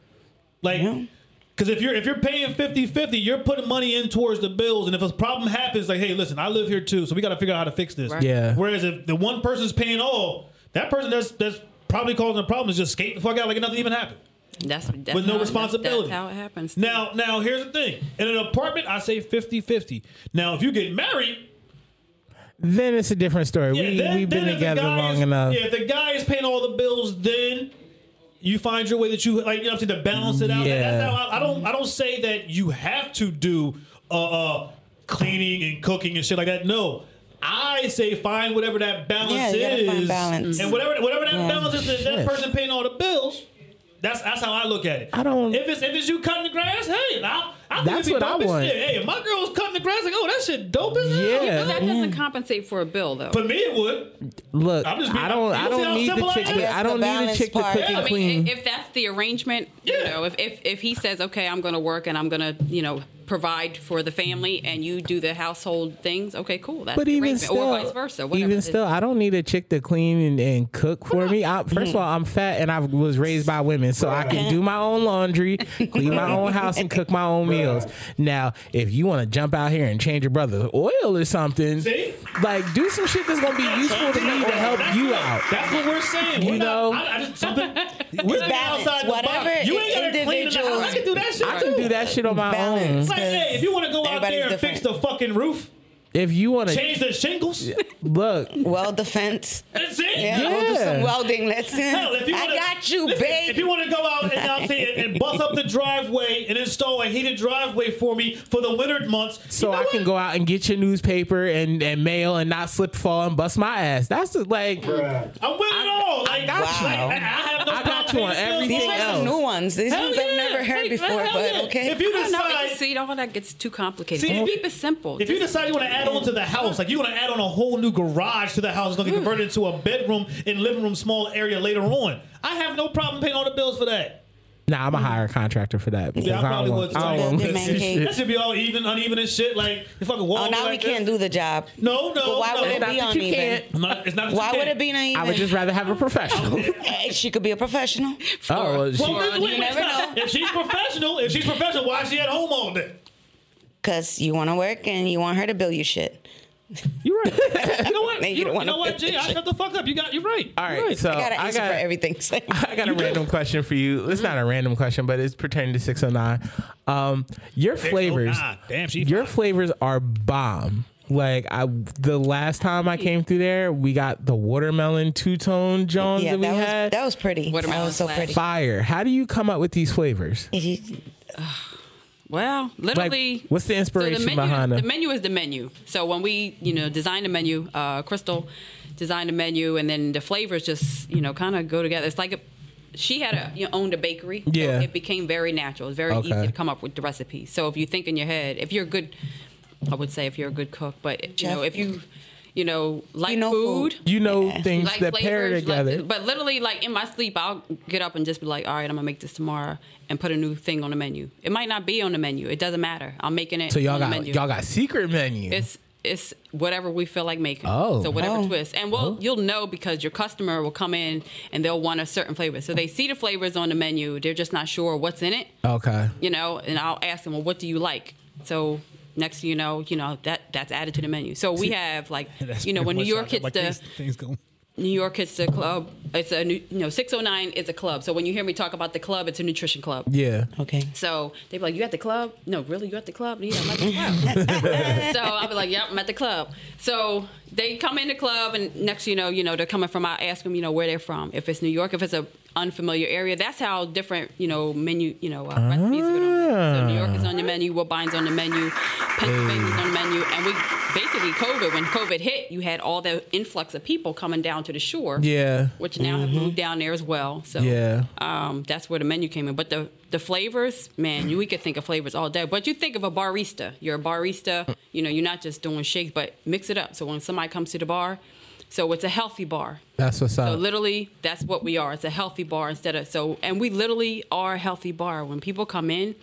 Speaker 4: Like, because if you're if you're paying 50 50, you're putting money in towards the bills. And if a problem happens, like, hey, listen, I live here too, so we got to figure out how to fix this.
Speaker 3: Right.
Speaker 8: Yeah.
Speaker 4: Whereas if the one person's paying all, that person that's, that's probably causing a problem is just skate the fuck out like nothing even happened.
Speaker 3: That's, that's
Speaker 4: With no
Speaker 3: how-
Speaker 4: responsibility.
Speaker 3: That's, that's how it happens.
Speaker 4: Now, now here's the thing. In an apartment, I say 50-50. Now, if you get married,
Speaker 8: Then it's a different story.
Speaker 4: yeah,
Speaker 8: we
Speaker 4: then,
Speaker 8: we've
Speaker 4: then
Speaker 8: been
Speaker 4: if the
Speaker 8: together
Speaker 4: guy
Speaker 8: long
Speaker 4: is-
Speaker 8: enough.
Speaker 4: Yeah, if the guy is paying all the bills, then you find your way that you like. You know, what I'm saying, to balance it out. That-
Speaker 8: Yeah.
Speaker 4: That's how I, I don't. I don't say that you have to do uh, uh, cleaning and cooking and shit like that. No. I say find whatever that balance
Speaker 7: you gotta
Speaker 4: is,
Speaker 7: find balance.
Speaker 4: and whatever whatever that
Speaker 7: Yeah.
Speaker 4: balance is, that- that
Speaker 8: Shit.
Speaker 4: person paying all the bills. That's that's how I look at it.
Speaker 8: I don't-
Speaker 4: If it's if it's you cutting the grass, hey, I, I think it'd
Speaker 8: That's
Speaker 4: be
Speaker 8: what I
Speaker 4: dope as
Speaker 8: want.
Speaker 4: shit. Hey, if my girl's cutting the grass, like, oh, that shit dope as hell.
Speaker 8: Yeah.
Speaker 3: But that doesn't compensate for a bill, though.
Speaker 4: For me, it would.
Speaker 8: Look,
Speaker 4: I'm just being-
Speaker 8: I don't,
Speaker 4: you see
Speaker 8: I
Speaker 4: how
Speaker 8: don't need
Speaker 4: simple
Speaker 8: the
Speaker 4: I
Speaker 8: chick.
Speaker 4: am?
Speaker 8: To, I
Speaker 7: That's
Speaker 8: don't
Speaker 7: the
Speaker 8: need the
Speaker 7: balance
Speaker 8: chick to
Speaker 7: part.
Speaker 8: cook
Speaker 4: Yeah,
Speaker 8: and
Speaker 4: I
Speaker 3: I mean,
Speaker 8: clean.
Speaker 3: i- if that's the arrangement, you
Speaker 4: Yeah.
Speaker 3: know, if, if if he says, okay, I'm going to work and I'm going to, you know, provide for the family, and you do the household things, okay, cool. That's
Speaker 8: But
Speaker 3: the
Speaker 8: even
Speaker 3: arrangement.
Speaker 8: still,
Speaker 3: or vice versa, whatever.
Speaker 8: even still, I don't need a chick to clean and, and cook for me. I, 1st of all, I'm fat and I was raised by women, so I can do my own laundry, clean my own house, and cook my own meals. Now, if you want to jump out here and change your brother's oil or something,
Speaker 4: See?
Speaker 8: like do some shit that's gonna be useful to me to help you out.
Speaker 4: That's what we're saying.
Speaker 8: You
Speaker 4: We're
Speaker 8: know?
Speaker 4: not, I, I just, something.
Speaker 8: [laughs]
Speaker 4: We're thinking
Speaker 7: balance,
Speaker 4: outside the
Speaker 7: whatever
Speaker 4: box. You ain't gotta clean in the
Speaker 7: individual-
Speaker 4: house. I can do that shit.
Speaker 8: I can do that shit on my
Speaker 7: Balance.
Speaker 4: Like,
Speaker 8: own.
Speaker 4: yeah, if you want to go out
Speaker 7: Everybody's
Speaker 4: there and fix the
Speaker 7: different.
Speaker 4: fucking roof,
Speaker 8: If you want to
Speaker 4: change the shingles,
Speaker 8: look,
Speaker 7: Weld the fence.
Speaker 4: [laughs] that's it.
Speaker 7: oh, Yeah, We'll do some
Speaker 8: Yeah.
Speaker 7: welding. Let's.
Speaker 4: Hell, if you
Speaker 7: I
Speaker 4: wanna,
Speaker 7: got you,
Speaker 4: listen,
Speaker 7: babe.
Speaker 4: If you want to go out and, out there and, and bust up the driveway and install a heated driveway for me for the winter months,
Speaker 8: so
Speaker 4: you know
Speaker 8: I can
Speaker 4: what?
Speaker 8: go out and get your newspaper and, and mail and not slip, fall, and bust my ass. That's the, like,
Speaker 4: I'm with it all. Like,
Speaker 8: got
Speaker 4: like,
Speaker 7: you.
Speaker 4: I, I have no
Speaker 8: I got
Speaker 4: problem
Speaker 8: you on
Speaker 4: paying the bills.
Speaker 8: everything
Speaker 7: These are some
Speaker 8: else.
Speaker 7: new ones. These
Speaker 4: Hell
Speaker 7: ones
Speaker 4: yeah.
Speaker 7: I've never heard
Speaker 4: Hey,
Speaker 7: before,
Speaker 4: hell
Speaker 7: but
Speaker 4: yeah.
Speaker 7: okay.
Speaker 4: If you
Speaker 3: I don't know, it
Speaker 4: decide,
Speaker 3: just- see, all that gets too complicated.
Speaker 4: See,
Speaker 3: Just
Speaker 4: if you-
Speaker 3: keep it simple.
Speaker 4: If you decide you want to add on to the house, like you want to add on a whole new garage to the house, it's going to
Speaker 7: Mm.
Speaker 4: get converted into a bedroom and living room small area later on. I have no problem paying all the bills for that.
Speaker 8: nah, I'm a hire contractor for that. because
Speaker 4: I probably
Speaker 8: don't
Speaker 4: would,
Speaker 8: want- I don't
Speaker 4: too.
Speaker 8: want
Speaker 7: Build your
Speaker 8: this
Speaker 7: man
Speaker 8: shit.
Speaker 7: cave.
Speaker 4: That should be all even, uneven and shit. Like the fucking wall.
Speaker 7: oh,
Speaker 4: be
Speaker 7: now
Speaker 4: like
Speaker 7: we
Speaker 4: this.
Speaker 7: can't do the job.
Speaker 4: No, no,
Speaker 7: But why
Speaker 4: no.
Speaker 7: would it
Speaker 8: Not
Speaker 7: be
Speaker 8: that you
Speaker 7: uneven?
Speaker 8: can't.
Speaker 4: I'm not- it's not that you
Speaker 7: Why would
Speaker 4: can't.
Speaker 7: it be uneven?
Speaker 8: [laughs] I would just rather have
Speaker 4: [laughs]
Speaker 8: a professional.
Speaker 7: Hey, [laughs] she could be a professional.
Speaker 8: oh, well,
Speaker 4: Well,
Speaker 8: she,
Speaker 4: wait, wait,
Speaker 7: You never
Speaker 4: stop.
Speaker 7: know.
Speaker 4: If she's professional, if she's professional, why is she at home all day?
Speaker 7: Because you want to work and you want her to bill you shit.
Speaker 8: you're right.
Speaker 4: [laughs] You know
Speaker 7: [laughs]
Speaker 4: what?
Speaker 7: Man, you
Speaker 4: you
Speaker 7: don't
Speaker 4: you
Speaker 7: wanna
Speaker 4: know what,
Speaker 7: put
Speaker 4: G? I shut the fuck up. You got. You're right.
Speaker 8: All right, so
Speaker 7: I got to
Speaker 8: Oh, I
Speaker 7: answer
Speaker 8: got,
Speaker 7: for everything. [laughs] So-
Speaker 8: [laughs] I got a random question for you. It's not a random question, but it's pertaining to 609. Um, your flavors,
Speaker 4: 609. Damn, she
Speaker 8: your
Speaker 4: fine.
Speaker 8: flavors are bomb. Like I, the last time I came through there, we got the watermelon two tone Jones
Speaker 7: yeah,
Speaker 8: that we
Speaker 7: that was,
Speaker 8: had.
Speaker 7: that was pretty. That
Speaker 3: Watermelon
Speaker 7: was so
Speaker 3: slash-
Speaker 7: pretty.
Speaker 8: Fire! How do you come up with these flavors?
Speaker 7: It is-
Speaker 3: Well, literally.
Speaker 8: Like, what's the inspiration
Speaker 3: so the menu,
Speaker 8: behind
Speaker 3: The
Speaker 8: them?
Speaker 3: menu is the menu. So when we, you know, design the menu, uh, Crystal designed the menu, and then the flavors just, you know, kind of go together. It's like a, she had a, you know, owned a bakery. so
Speaker 8: Yeah.
Speaker 3: it became very natural. It's very
Speaker 8: Okay.
Speaker 3: easy to come up with the recipe. So if you think in your head, if you're a good, I would say if you're a good cook, but you
Speaker 7: Chef.
Speaker 3: know, if you, you know, like
Speaker 7: know
Speaker 3: food.
Speaker 7: food.
Speaker 8: You know things
Speaker 3: Like
Speaker 8: that
Speaker 3: flavors,
Speaker 8: pair
Speaker 3: like-
Speaker 8: together.
Speaker 3: but literally, like in my sleep, I'll get up and just be like, "All right, I'm gonna make this tomorrow," and put a new thing on the menu. It might not be on the menu. It doesn't matter. I'm making it.
Speaker 8: so y'all
Speaker 3: on the
Speaker 8: got
Speaker 3: menu.
Speaker 8: y'all got secret menu.
Speaker 3: It's It's whatever we feel like making.
Speaker 5: Oh.
Speaker 3: So whatever twist. And
Speaker 8: Oh.
Speaker 3: we'll you'll know because your customer will come in and they'll want a certain flavor. So they see the flavors on the menu, they're just not sure what's in it,
Speaker 5: Okay.
Speaker 3: you know, and I'll ask them, Well, what do you like? So next thing you know, you know, that that's added to the menu. So we have
Speaker 8: [laughs]
Speaker 3: like you know, when New York hits
Speaker 9: like
Speaker 3: the
Speaker 9: these things go.
Speaker 3: New York is the club. It's a new, you know, 609 is a club. So when you hear me talk about the club, it's a nutrition club.
Speaker 5: Yeah.
Speaker 7: Okay.
Speaker 3: So they be like, "You at the club? No, really, you at the club? Yeah, I'm at the club." so I'll be like, "Yep, I'm at the club." So they come in the club, and next you know, you know, they're coming from. I ask them, you know, where they're from. If it's New York, if it's a unfamiliar area, that's how different you know menu, you know, uh, recipes. Are on. So New York is on the menu, Woodbine's on the menu, Pennsylvania's on the menu, and we basically COVID. When COVID hit, you had all the influx of people coming down to the shore.
Speaker 5: Yeah.
Speaker 3: Which now have moved down there as well. So
Speaker 5: Yeah.
Speaker 3: um, that's where the menu came in. But the the flavors, man, you we could think of flavors all day. But you think of a barista. You're a barista. You know, you're not just doing shakes, but mix it up. So when somebody comes to the bar, so it's a healthy bar.
Speaker 5: That's what's
Speaker 3: So
Speaker 8: Uh.
Speaker 5: up.
Speaker 3: literally, that's what we are. It's a healthy bar instead of so, and we literally are a healthy bar. When people come in,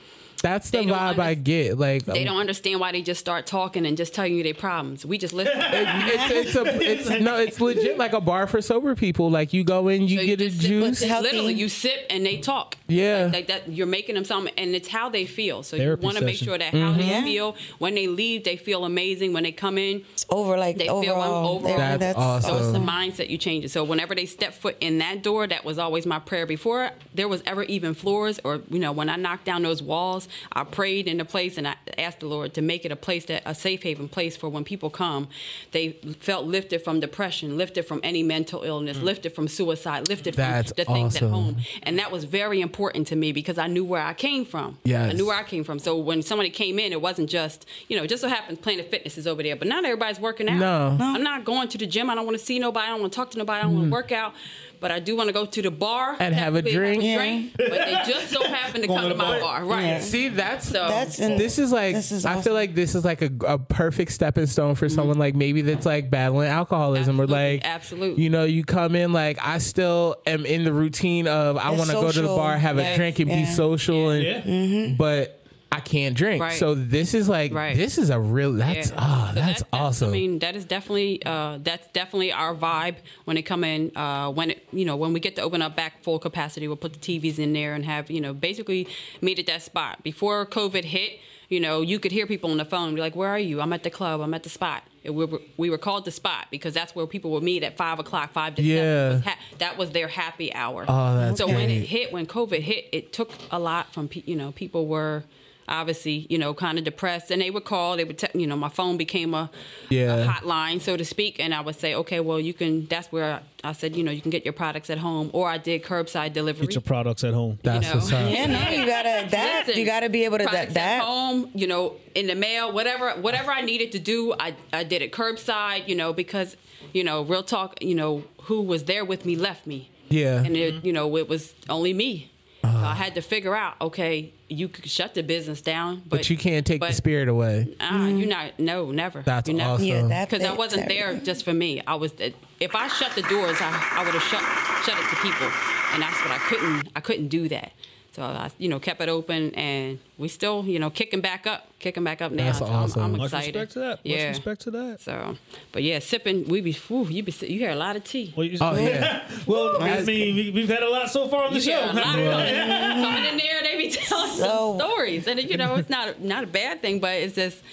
Speaker 5: That's the
Speaker 3: they don't
Speaker 5: vibe I
Speaker 3: underst-
Speaker 5: get. Like
Speaker 8: Um.
Speaker 3: they don't understand why they just start talking and just telling you their problems. We just listen.
Speaker 8: [laughs]
Speaker 5: It's, it's a it's no. It's legit like a bar for sober people. Like you go in, you
Speaker 3: So
Speaker 5: get a
Speaker 3: just sip-
Speaker 5: juice.
Speaker 7: healthy.
Speaker 3: Literally, you sip and they talk.
Speaker 5: Yeah.
Speaker 3: like, like that. You're making them something, and it's how they feel. So
Speaker 9: Therapy
Speaker 3: you want to make
Speaker 9: session.
Speaker 3: sure that how
Speaker 5: Mm-hmm.
Speaker 3: they feel when they leave, they feel amazing. When they come in,
Speaker 7: It's over like
Speaker 3: They feel
Speaker 7: overall.
Speaker 3: overall. That's so it's the
Speaker 5: awesome.
Speaker 3: mindset you change it. So whenever they step foot in that door, that was always my prayer. Before there was ever even floors, or you know, when I knocked down those walls, I prayed in the place and I asked the Lord to make it a place that a safe haven place for when people come, they felt lifted from depression, lifted from any mental illness, lifted from suicide, lifted
Speaker 5: Mm. That's
Speaker 3: from the things
Speaker 5: awesome.
Speaker 3: at home. And that was very important to me because I knew where I came from.
Speaker 5: Yes.
Speaker 3: I knew where I came from. So when somebody came in, it wasn't just, you know, it just so happens Planet Fitness is over there, but not everybody's working out.
Speaker 5: No. Mm.
Speaker 3: I'm not going to the gym. I don't want to see nobody. I don't want to talk to nobody. I don't want to work out. But I do want to go to the bar
Speaker 5: And have a
Speaker 3: technically
Speaker 5: drink.
Speaker 3: drink, But they just so happen to
Speaker 4: Going
Speaker 3: come
Speaker 4: to
Speaker 3: to
Speaker 4: the
Speaker 3: my
Speaker 4: bar.
Speaker 3: bar, right?
Speaker 5: See, that's
Speaker 3: So
Speaker 7: That's in,
Speaker 5: this is like
Speaker 7: This is
Speaker 5: I feel
Speaker 7: awesome.
Speaker 5: like this is like a, a perfect stepping stone for someone like maybe that's like battling alcoholism or
Speaker 3: Absolutely,
Speaker 5: like
Speaker 3: absolutely.
Speaker 5: you know you come in like I still am in the routine of I
Speaker 7: It's
Speaker 5: want to go to the
Speaker 7: social.
Speaker 5: bar have a
Speaker 3: Yes,
Speaker 5: drink and be
Speaker 7: yeah. Mm-hmm.
Speaker 5: social and
Speaker 4: Yeah.
Speaker 7: mm.
Speaker 5: but I can't drink
Speaker 3: Right.
Speaker 5: so this is like
Speaker 3: Right.
Speaker 5: this is a real that's
Speaker 3: Yeah.
Speaker 5: ah
Speaker 3: So
Speaker 5: that's
Speaker 3: that-
Speaker 5: awesome
Speaker 3: I mean, that is definitely uh, that's definitely our vibe when they come in. Uh, when it, you know when we get to open up back full capacity, we'll put the TVs in there and have you know basically meet at that spot. Before COVID hit, you know you could hear people on the phone be like, "Where are you? I'm at the club. I'm at the spot." And we were, we were called the spot because that's where people would meet at five o'clock, five to
Speaker 5: Yeah.
Speaker 3: seven. It was ha- that was their happy hour.
Speaker 5: Oh, that's
Speaker 3: so when
Speaker 5: great.
Speaker 3: it hit, when COVID hit, it took a lot from pe- you know people were obviously you know kind of depressed, and they would call, they would te- you know my phone became a,
Speaker 5: Yeah.
Speaker 3: a hotline so to speak, and I would say okay, well you can that's where I said you know you can get your products at home, or I did curbside delivery.
Speaker 4: Get your products at home.
Speaker 5: that's
Speaker 3: know.
Speaker 5: what's
Speaker 3: [laughs]
Speaker 5: up
Speaker 7: Yeah, no, you gotta that.
Speaker 3: Listen,
Speaker 7: you gotta be able to
Speaker 3: products
Speaker 7: that.
Speaker 3: at
Speaker 7: that.
Speaker 3: home, you know, in the mail, whatever, whatever I needed to do, I, I did it curbside, you know, because, you know, real talk, you know, who was there with me left me.
Speaker 5: Yeah. Mm-hmm. Ah.
Speaker 3: And it, you know, it was only me. so I had to figure out, okay, you could shut the business down, but,
Speaker 5: but you can't take the
Speaker 3: but,
Speaker 5: spirit away
Speaker 3: Uh, You're not. No, never.
Speaker 5: Mm-hmm. That's
Speaker 3: you never,
Speaker 5: awesome.
Speaker 7: Yeah, that
Speaker 3: because I
Speaker 7: fits
Speaker 3: wasn't there
Speaker 7: everything.
Speaker 3: just for me. I was. If I shut the doors, I, I would have shut shut it to people, and that's what I couldn't. I couldn't do that. So I, you know, kept it open, and we still, you know, kicking back up, kicking back up now.
Speaker 5: That's
Speaker 3: so
Speaker 5: awesome.
Speaker 3: I'm, I'm
Speaker 4: Much
Speaker 3: excited.
Speaker 4: respect to that.
Speaker 3: Yeah.
Speaker 4: Much respect to that.
Speaker 3: So, but yeah, sipping. We be. Whew, you be. si- You hear a lot of tea.
Speaker 4: Well, you-
Speaker 5: oh yeah
Speaker 4: [laughs] well, I mean, we, we've had a lot so far on the
Speaker 3: You
Speaker 4: show.
Speaker 3: hear a lot
Speaker 4: haven't we? [laughs]
Speaker 3: coming, coming in there, they be telling
Speaker 7: So-
Speaker 3: some stories, and you know it's not not a bad thing, but it's just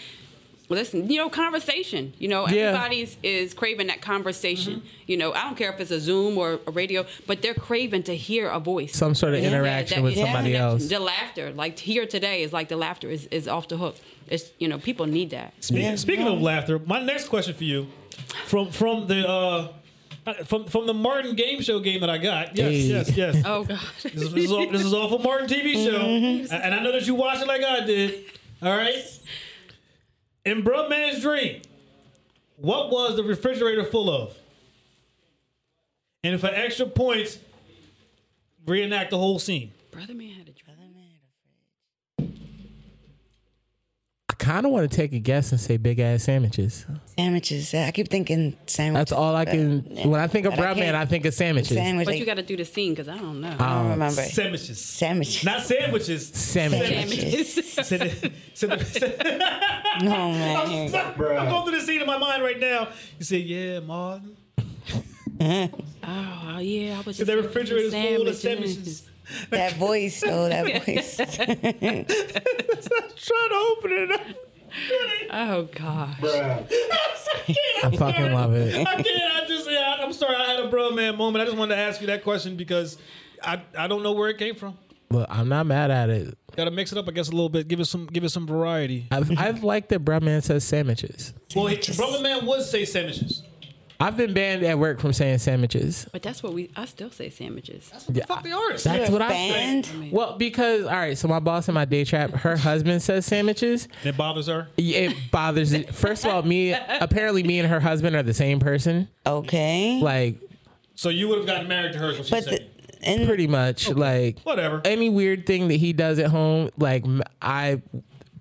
Speaker 3: listen, you know, conversation. You know,
Speaker 5: Yeah.
Speaker 3: everybody's is craving that conversation. You know, I don't care if it's a Zoom or a radio, but they're craving to hear a voice.
Speaker 5: some sort of
Speaker 7: Yeah,
Speaker 5: interaction
Speaker 3: that-
Speaker 5: with
Speaker 3: yeah.
Speaker 5: somebody
Speaker 3: connection.
Speaker 5: else
Speaker 3: The laughter, like here today, is like the laughter is, is off the hook. It's you know people need that.
Speaker 4: Speaking, speaking of laughter, my next question for you, from from the uh, from from the Martin game show game that I got. Yes,
Speaker 5: Hey.
Speaker 4: yes, yes.
Speaker 3: Oh God,
Speaker 4: This, is- this
Speaker 3: [laughs]
Speaker 4: is all, this is all for Martin TV show, and and I know that you watch it like I did. All right. In Bruh Man's Dream, what was the refrigerator full of? And for extra points, reenact the whole scene.
Speaker 3: brother man had a dream.
Speaker 5: I kind
Speaker 8: kind of want to take a guess and say big ass sandwiches.
Speaker 7: Sandwiches. I keep thinking sandwiches.
Speaker 8: That's all I
Speaker 7: but-
Speaker 8: can.
Speaker 7: [laughs] yeah.
Speaker 8: When I think of
Speaker 7: But I
Speaker 8: brown man,
Speaker 7: can't-
Speaker 8: I think of sandwiches. Uh,
Speaker 7: Sandwich.
Speaker 3: But
Speaker 7: like,
Speaker 3: you got to do the scene because I don't know. [laughs]
Speaker 7: I don't remember.
Speaker 4: Sandwiches.
Speaker 7: Sandwich.
Speaker 4: Not sandwiches.
Speaker 8: Sandwiches.
Speaker 7: [laughs] Sandwiches.
Speaker 3: Oh,
Speaker 4: Sand- sand- [laughs] sand-
Speaker 7: No Oh,
Speaker 3: [laughs]
Speaker 7: man.
Speaker 4: I'm going through the scene in my mind right now. You say, yeah, Martin.
Speaker 3: Oh yeah, I was just
Speaker 4: The
Speaker 3: looking for
Speaker 4: refrigerator's full of
Speaker 3: sandwiches.
Speaker 4: sandwiches.
Speaker 7: That voice. Oh, that
Speaker 3: [laughs]
Speaker 7: voice.
Speaker 4: Trying to open it up. [laughs]
Speaker 3: Oh gosh.
Speaker 8: I fucking love it.
Speaker 4: I can't. I just. Yeah, I- I'm sorry. I had a bro man moment. I just wanted to ask you that question because I I don't know where it came from.
Speaker 8: Look, I'm not mad at it.
Speaker 4: Got to mix it up, I guess, a little bit. Give it some. Give it some variety.
Speaker 7: [laughs]
Speaker 8: I've, I've liked that brown man says sandwiches.
Speaker 4: Well, he- brother man would say sandwiches.
Speaker 8: I've been banned at work from saying sandwiches.
Speaker 3: But that's what we. I still say sandwiches.
Speaker 8: Yeah,
Speaker 4: Fuck the artist.
Speaker 8: That's what I say.
Speaker 7: Band.
Speaker 8: Well, because all right, so my boss in my day trap, her husband says sandwiches.
Speaker 4: It bothers her.
Speaker 8: It bothers. It. First of all, me apparently me and her husband are the same person.
Speaker 7: Okay.
Speaker 8: Like
Speaker 4: So you would have gotten married to her. Is what she
Speaker 7: but
Speaker 4: said.
Speaker 7: the, and
Speaker 8: pretty much like
Speaker 4: Whatever.
Speaker 8: any weird thing that he does at home, like m- I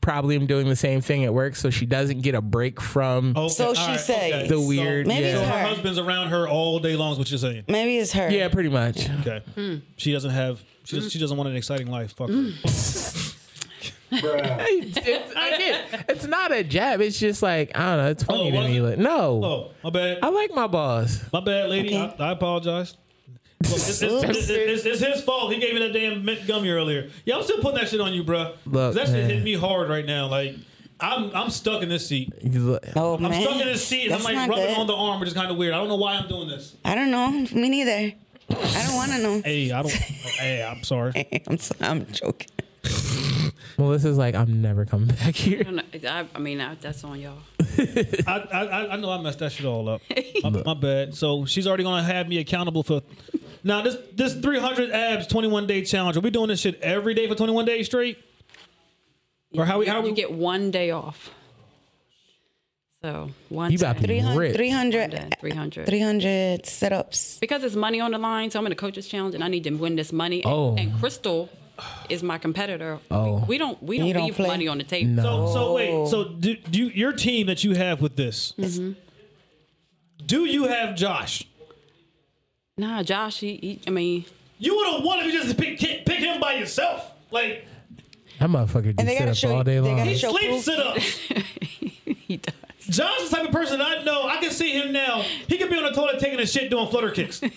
Speaker 8: probably am doing the same thing at work, so she doesn't get a break from
Speaker 4: Okay,
Speaker 7: So
Speaker 4: all
Speaker 7: she
Speaker 4: right,
Speaker 7: say-
Speaker 4: okay.
Speaker 8: the
Speaker 4: So-
Speaker 8: weird.
Speaker 7: Maybe
Speaker 8: yeah.
Speaker 4: So her
Speaker 7: Sorry.
Speaker 4: husband's around her all day long. Is what you're saying? Hmm.
Speaker 7: maybe it's her.
Speaker 8: yeah, pretty much.
Speaker 4: Okay. She doesn't have. She, does, she doesn't want an exciting life. Fuck. her.
Speaker 8: It's,
Speaker 4: [laughs]
Speaker 8: it's- again, it's not a jab. It's just like I don't know. It's funny
Speaker 4: Oh,
Speaker 8: to
Speaker 4: was
Speaker 8: me.
Speaker 4: it?
Speaker 8: Like, no,
Speaker 4: Oh, my bad.
Speaker 8: I like my boss.
Speaker 4: My bad, lady.
Speaker 7: Okay.
Speaker 4: I, I apologize. Look, it's, it's- it's- it's- it's his fault. He gave me that damn mint gummy earlier. Yeah, I'm still putting that shit on you, bruh. 'Cause that shit
Speaker 8: man.
Speaker 4: hit me hard right now. Like, I'm I'm stuck in this seat.
Speaker 8: You look-
Speaker 7: Oh
Speaker 4: I'm
Speaker 7: man.
Speaker 4: stuck in this seat, and
Speaker 7: That's
Speaker 4: I'm like
Speaker 7: not
Speaker 4: rubbing
Speaker 7: good.
Speaker 4: on the arm, which is kind of weird. I don't know why I'm doing this.
Speaker 7: I don't know. Me neither. I don't want to know.
Speaker 4: Hey, I don't. [laughs] hey, I'm sorry.
Speaker 7: [laughs] I'm so, I'm joking.
Speaker 8: Melissa's like, I'm never coming back here.
Speaker 3: I, don't know. I, I mean, I, that's on y'all.
Speaker 4: I, I I- I know I messed that shit all up. My, my bad. So she's already gonna have me accountable for. Now this this 300 abs 21 day challenge. Are we doing this shit every day for 21 days straight? Or how we
Speaker 3: You-
Speaker 4: how we
Speaker 3: you get one day off. So one.
Speaker 8: You about to
Speaker 3: time.
Speaker 8: be rich.
Speaker 7: 300,
Speaker 3: 300.
Speaker 7: 300 sit-ups.
Speaker 3: because it's money on the line, so I'm in the coaches challenge and I need to win this money.
Speaker 8: Oh.
Speaker 3: And Crystal is my competitor.
Speaker 8: Oh.
Speaker 3: We don't we
Speaker 7: You
Speaker 3: don't
Speaker 7: don't
Speaker 3: leave
Speaker 7: play?
Speaker 3: money on the table.
Speaker 8: No,
Speaker 4: So, so wait.
Speaker 3: Oh.
Speaker 4: So do, do you, your team that you have with this?
Speaker 3: Mm-hmm.
Speaker 4: Do you have Josh?
Speaker 3: Nah, Josh, he, he I mean [laughs]
Speaker 4: You would have won if you just pick pick him by yourself. Like
Speaker 8: that motherfucker
Speaker 7: And they gotta
Speaker 8: just sit up
Speaker 7: show
Speaker 8: all
Speaker 7: you-
Speaker 8: day
Speaker 7: they
Speaker 8: long.
Speaker 7: gotta
Speaker 4: he
Speaker 7: Show
Speaker 4: sleeps
Speaker 7: proof.
Speaker 4: it up.
Speaker 3: he does.
Speaker 4: Josh is the type of person I know. I can see him now. He could be on the toilet taking a shit, doing flutter
Speaker 3: [laughs]
Speaker 4: kicks
Speaker 8: I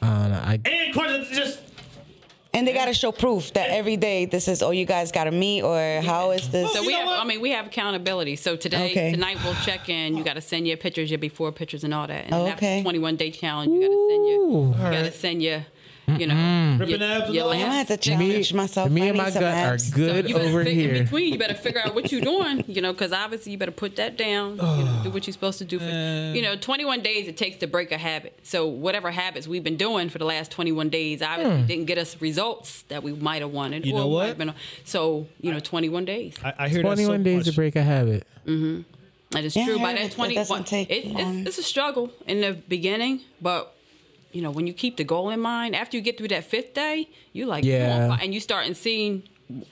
Speaker 8: don't know. I,
Speaker 4: and crunch. Just
Speaker 7: And they got to show proof that every day this is, oh, you guys got to meet or how is this?
Speaker 3: So
Speaker 4: You
Speaker 3: we
Speaker 4: know
Speaker 3: have
Speaker 4: what?
Speaker 3: I mean we have accountability. So today
Speaker 7: Okay.
Speaker 3: tonight we'll check in. You gotta send your pictures, your before pictures and all that. And after
Speaker 7: Okay.
Speaker 3: twenty one day challenge, you gotta send your you gotta send your you know
Speaker 4: Ripping abs and all that?
Speaker 7: I'm going to have to challenge myself.
Speaker 8: me
Speaker 7: I
Speaker 8: and
Speaker 7: need
Speaker 8: my
Speaker 7: some
Speaker 8: gut are
Speaker 7: abs.
Speaker 8: good
Speaker 3: you better
Speaker 8: over
Speaker 3: fig-
Speaker 8: here.
Speaker 3: In between, you better figure out what you're doing, you know, because obviously you better put that down, you know, do what you're supposed to do. For, you know, 21 days it takes to break a habit. So whatever habits we've been doing for the last 21 days obviously didn't get us results that we might have wanted.
Speaker 4: You know
Speaker 3: might have
Speaker 4: what?
Speaker 3: Been, so, you know, 21 days.
Speaker 4: I, I hear
Speaker 8: 21
Speaker 4: that so
Speaker 8: days
Speaker 4: much.
Speaker 8: to break a habit.
Speaker 3: And it's
Speaker 7: Yeah,
Speaker 3: true. By
Speaker 7: it
Speaker 3: that
Speaker 7: doesn't
Speaker 3: 21,
Speaker 7: take
Speaker 3: it,
Speaker 7: long.
Speaker 3: it's, it's a struggle in the beginning, but you know when you keep the goal in mind. After you get through that fifth day, you like you
Speaker 8: Yeah.
Speaker 3: on fi- and you starting seeing.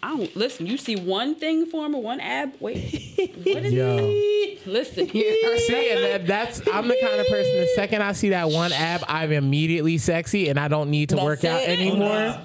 Speaker 3: I don't listen. You see one thing form or one ab. Wait,
Speaker 4: [laughs]
Speaker 3: what is
Speaker 8: Yo.
Speaker 3: it? Listen here.
Speaker 8: See, and that, that's I'm the kind of person. The second I see that one ab, I'm immediately sexy, and I don't need to
Speaker 7: That's
Speaker 8: work out
Speaker 7: it.
Speaker 8: anymore.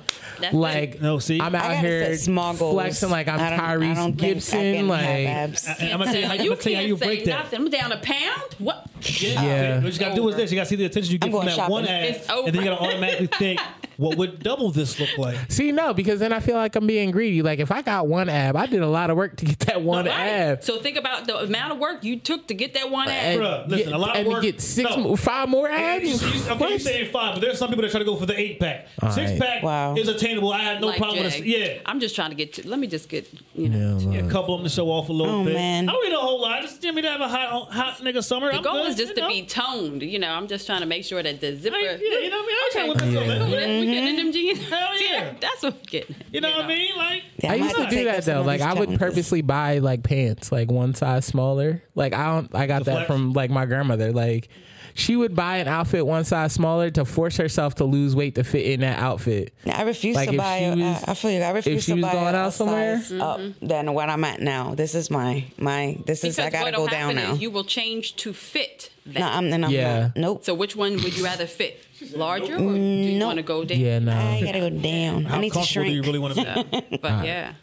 Speaker 3: That's it.
Speaker 8: Like
Speaker 4: Oh, No, see?
Speaker 8: I'm
Speaker 7: I
Speaker 8: out
Speaker 7: gotta
Speaker 8: here
Speaker 7: set small goals.
Speaker 8: flexing like I'm
Speaker 7: I don't- I
Speaker 8: Tyrese
Speaker 7: don't think I
Speaker 8: Gibson.
Speaker 7: can
Speaker 8: Like
Speaker 7: have abs.
Speaker 4: And I'm gonna tell you how you, I'm
Speaker 3: you
Speaker 4: gonna tell you how
Speaker 3: can't
Speaker 4: you
Speaker 3: say
Speaker 4: break that.
Speaker 3: nothing. I'm down a pound. What?
Speaker 8: Yeah.
Speaker 4: What you gotta do is this: you gotta see the attention you get
Speaker 7: I'm
Speaker 4: from
Speaker 7: going
Speaker 4: that
Speaker 7: shopping.
Speaker 4: one ad,
Speaker 3: It's over.
Speaker 4: and then you gotta automatically
Speaker 3: [laughs]
Speaker 4: think, what would double this look like?
Speaker 8: see, no, because then I feel like I'm being greedy. Like if I got one ab, I did a lot of work to get that one
Speaker 3: Right.
Speaker 8: ab.
Speaker 3: So think about the amount of work you took to get that one ab.
Speaker 8: And
Speaker 4: Bruh, listen,
Speaker 8: get-
Speaker 4: a lot of
Speaker 8: and to
Speaker 4: work-
Speaker 8: get six,
Speaker 4: no.
Speaker 8: mo- five more
Speaker 4: You-
Speaker 8: abs. [laughs]
Speaker 4: you- I'm
Speaker 8: What?
Speaker 4: saying five, but there's some people that try to go for the eight pack.
Speaker 8: All
Speaker 4: Six
Speaker 8: right.
Speaker 4: pack
Speaker 7: Wow.
Speaker 4: is attainable. I have no
Speaker 3: Like
Speaker 4: problem with
Speaker 3: Jay.
Speaker 4: it. Yeah.
Speaker 3: I'm just trying to get. To, let me just get. You know.
Speaker 4: A couple of them to show off a little
Speaker 7: Uh. Oh,
Speaker 4: bit.
Speaker 7: man.
Speaker 4: I don't need a whole lot. I just need me to have a hot, hot nigga summer.
Speaker 3: The
Speaker 4: I'm
Speaker 3: goal
Speaker 4: good,
Speaker 3: is just
Speaker 4: you
Speaker 3: to
Speaker 4: know?
Speaker 3: be toned. You know, I'm just trying to make sure that the zipper.
Speaker 4: I, yeah, you know what I mean? I'm trying with this
Speaker 8: Yeah.
Speaker 4: little bit.
Speaker 3: We getting
Speaker 7: Mm-hmm.
Speaker 3: in them jeans. [laughs]
Speaker 4: Hell yeah.
Speaker 3: That's what we're getting.
Speaker 4: You know what I mean? Like,
Speaker 7: Yeah,
Speaker 8: I
Speaker 7: might
Speaker 8: used to
Speaker 7: have
Speaker 8: do
Speaker 7: take up
Speaker 8: that
Speaker 7: some
Speaker 8: though.
Speaker 7: of
Speaker 8: Like
Speaker 7: these
Speaker 8: I would
Speaker 7: challenges.
Speaker 8: purposely buy like pants, like one size smaller. Like I don't, I got that
Speaker 4: flex?
Speaker 8: from like my grandmother. Like She would buy an outfit one size smaller to force herself to lose weight to fit in that outfit.
Speaker 7: I refuse
Speaker 8: Like,
Speaker 7: to
Speaker 8: if
Speaker 7: buy.
Speaker 8: she
Speaker 7: a-
Speaker 8: was-
Speaker 7: I, I feel you. I refuse
Speaker 8: she
Speaker 7: to
Speaker 8: was
Speaker 7: buy
Speaker 8: going
Speaker 7: a
Speaker 8: out somewhere?
Speaker 7: size up than what I'm at now. This is my my. This is I gotta
Speaker 3: what'll
Speaker 7: go down
Speaker 3: happen
Speaker 7: now.
Speaker 3: is you will change to fit that.
Speaker 7: no, I'm, and I'm
Speaker 8: Yeah.
Speaker 7: not. Nope.
Speaker 3: so which one would you
Speaker 4: [laughs]
Speaker 3: rather fit? Larger or do
Speaker 7: Mm,
Speaker 3: you want to go down?
Speaker 8: Yeah, no.
Speaker 7: I gotta go down.
Speaker 4: How
Speaker 7: I need to
Speaker 4: comfortable
Speaker 7: shrink.
Speaker 4: do you really want to be?
Speaker 3: But yeah.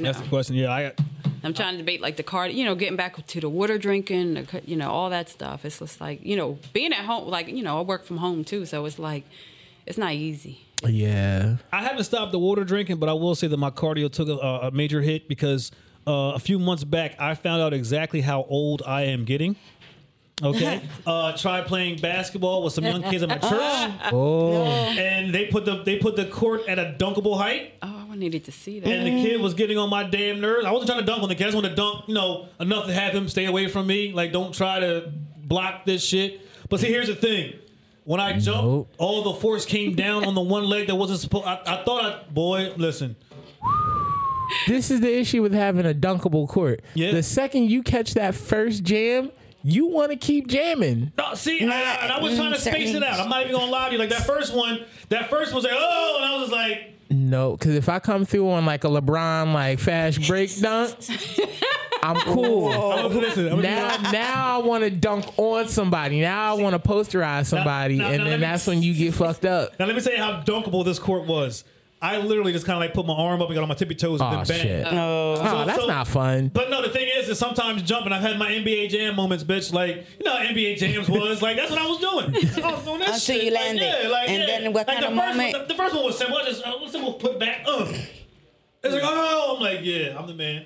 Speaker 4: [laughs]
Speaker 3: know,
Speaker 4: That's the question. Yeah, I
Speaker 3: I'm trying to debate like the card, you know, getting back to the water drinking, the, cu- you know, all that stuff. It's just like, you know, being at home, like, you know, I work from home too. So it's like, it's not easy.
Speaker 8: Yeah.
Speaker 4: I haven't stopped the water drinking, but I will say that my cardio took a, a major hit because uh, a few months back I found out exactly how old I am getting.
Speaker 7: [laughs]
Speaker 4: Okay, uh, tried playing basketball with some young kids at my church,
Speaker 8: Oh,
Speaker 4: and they put the they put the court at a dunkable height,
Speaker 3: Oh, I needed to see that.
Speaker 4: and the
Speaker 8: Mm.
Speaker 4: kid was getting on my damn nerves. I wasn't trying to dunk on the kid; I just wanted to dunk, you know, enough to have him stay away from me. Like, don't try to block this shit. But see, here's the thing: when I jumped,
Speaker 8: Nope.
Speaker 4: all the force came down on the one leg that wasn't supposed. I, I thought, I, boy, listen.
Speaker 8: this is the issue with having a dunkable court.
Speaker 4: Yeah.
Speaker 8: The second you catch that first jam, you want to keep jamming.
Speaker 4: No, see, and I, and I was trying to
Speaker 8: Mm,
Speaker 4: space it out. I'm not even gonna lie to you. Like that first one, that first was like, oh, and I was just like,
Speaker 8: No, because if I come through on like a LeBron like fast break
Speaker 4: [laughs]
Speaker 8: dunk, I'm cool.
Speaker 4: I'm gonna- listen, I'm gonna-
Speaker 8: Now, now I want to dunk on somebody. Now I want to posterize somebody,
Speaker 4: now-
Speaker 8: and
Speaker 4: now let
Speaker 8: then
Speaker 4: me-
Speaker 8: that's when you get
Speaker 4: [laughs]
Speaker 8: fucked up.
Speaker 4: now let me tell you how dunkable this court was. I literally just kind of like put my arm up and got on my tippy toes and
Speaker 8: Oh
Speaker 4: then bang.
Speaker 8: shit!
Speaker 7: No.
Speaker 8: Oh, that's
Speaker 4: so-
Speaker 8: not fun.
Speaker 4: But no, the thing is, is sometimes jumping. I've had my NBA Jam moments, bitch. Like you know, how NBA Jams was like that's what I was doing. I was doing that
Speaker 7: Until
Speaker 4: shit.
Speaker 7: you
Speaker 4: Like,
Speaker 7: landed.
Speaker 4: yeah, like,
Speaker 7: And
Speaker 4: yeah.
Speaker 7: then what
Speaker 4: Like,
Speaker 7: kind
Speaker 4: the
Speaker 7: of
Speaker 4: first
Speaker 7: moment-
Speaker 4: One, the, the first one was simple. I just I was simple put back. Ugh. It's like oh, I'm like yeah, I'm the man.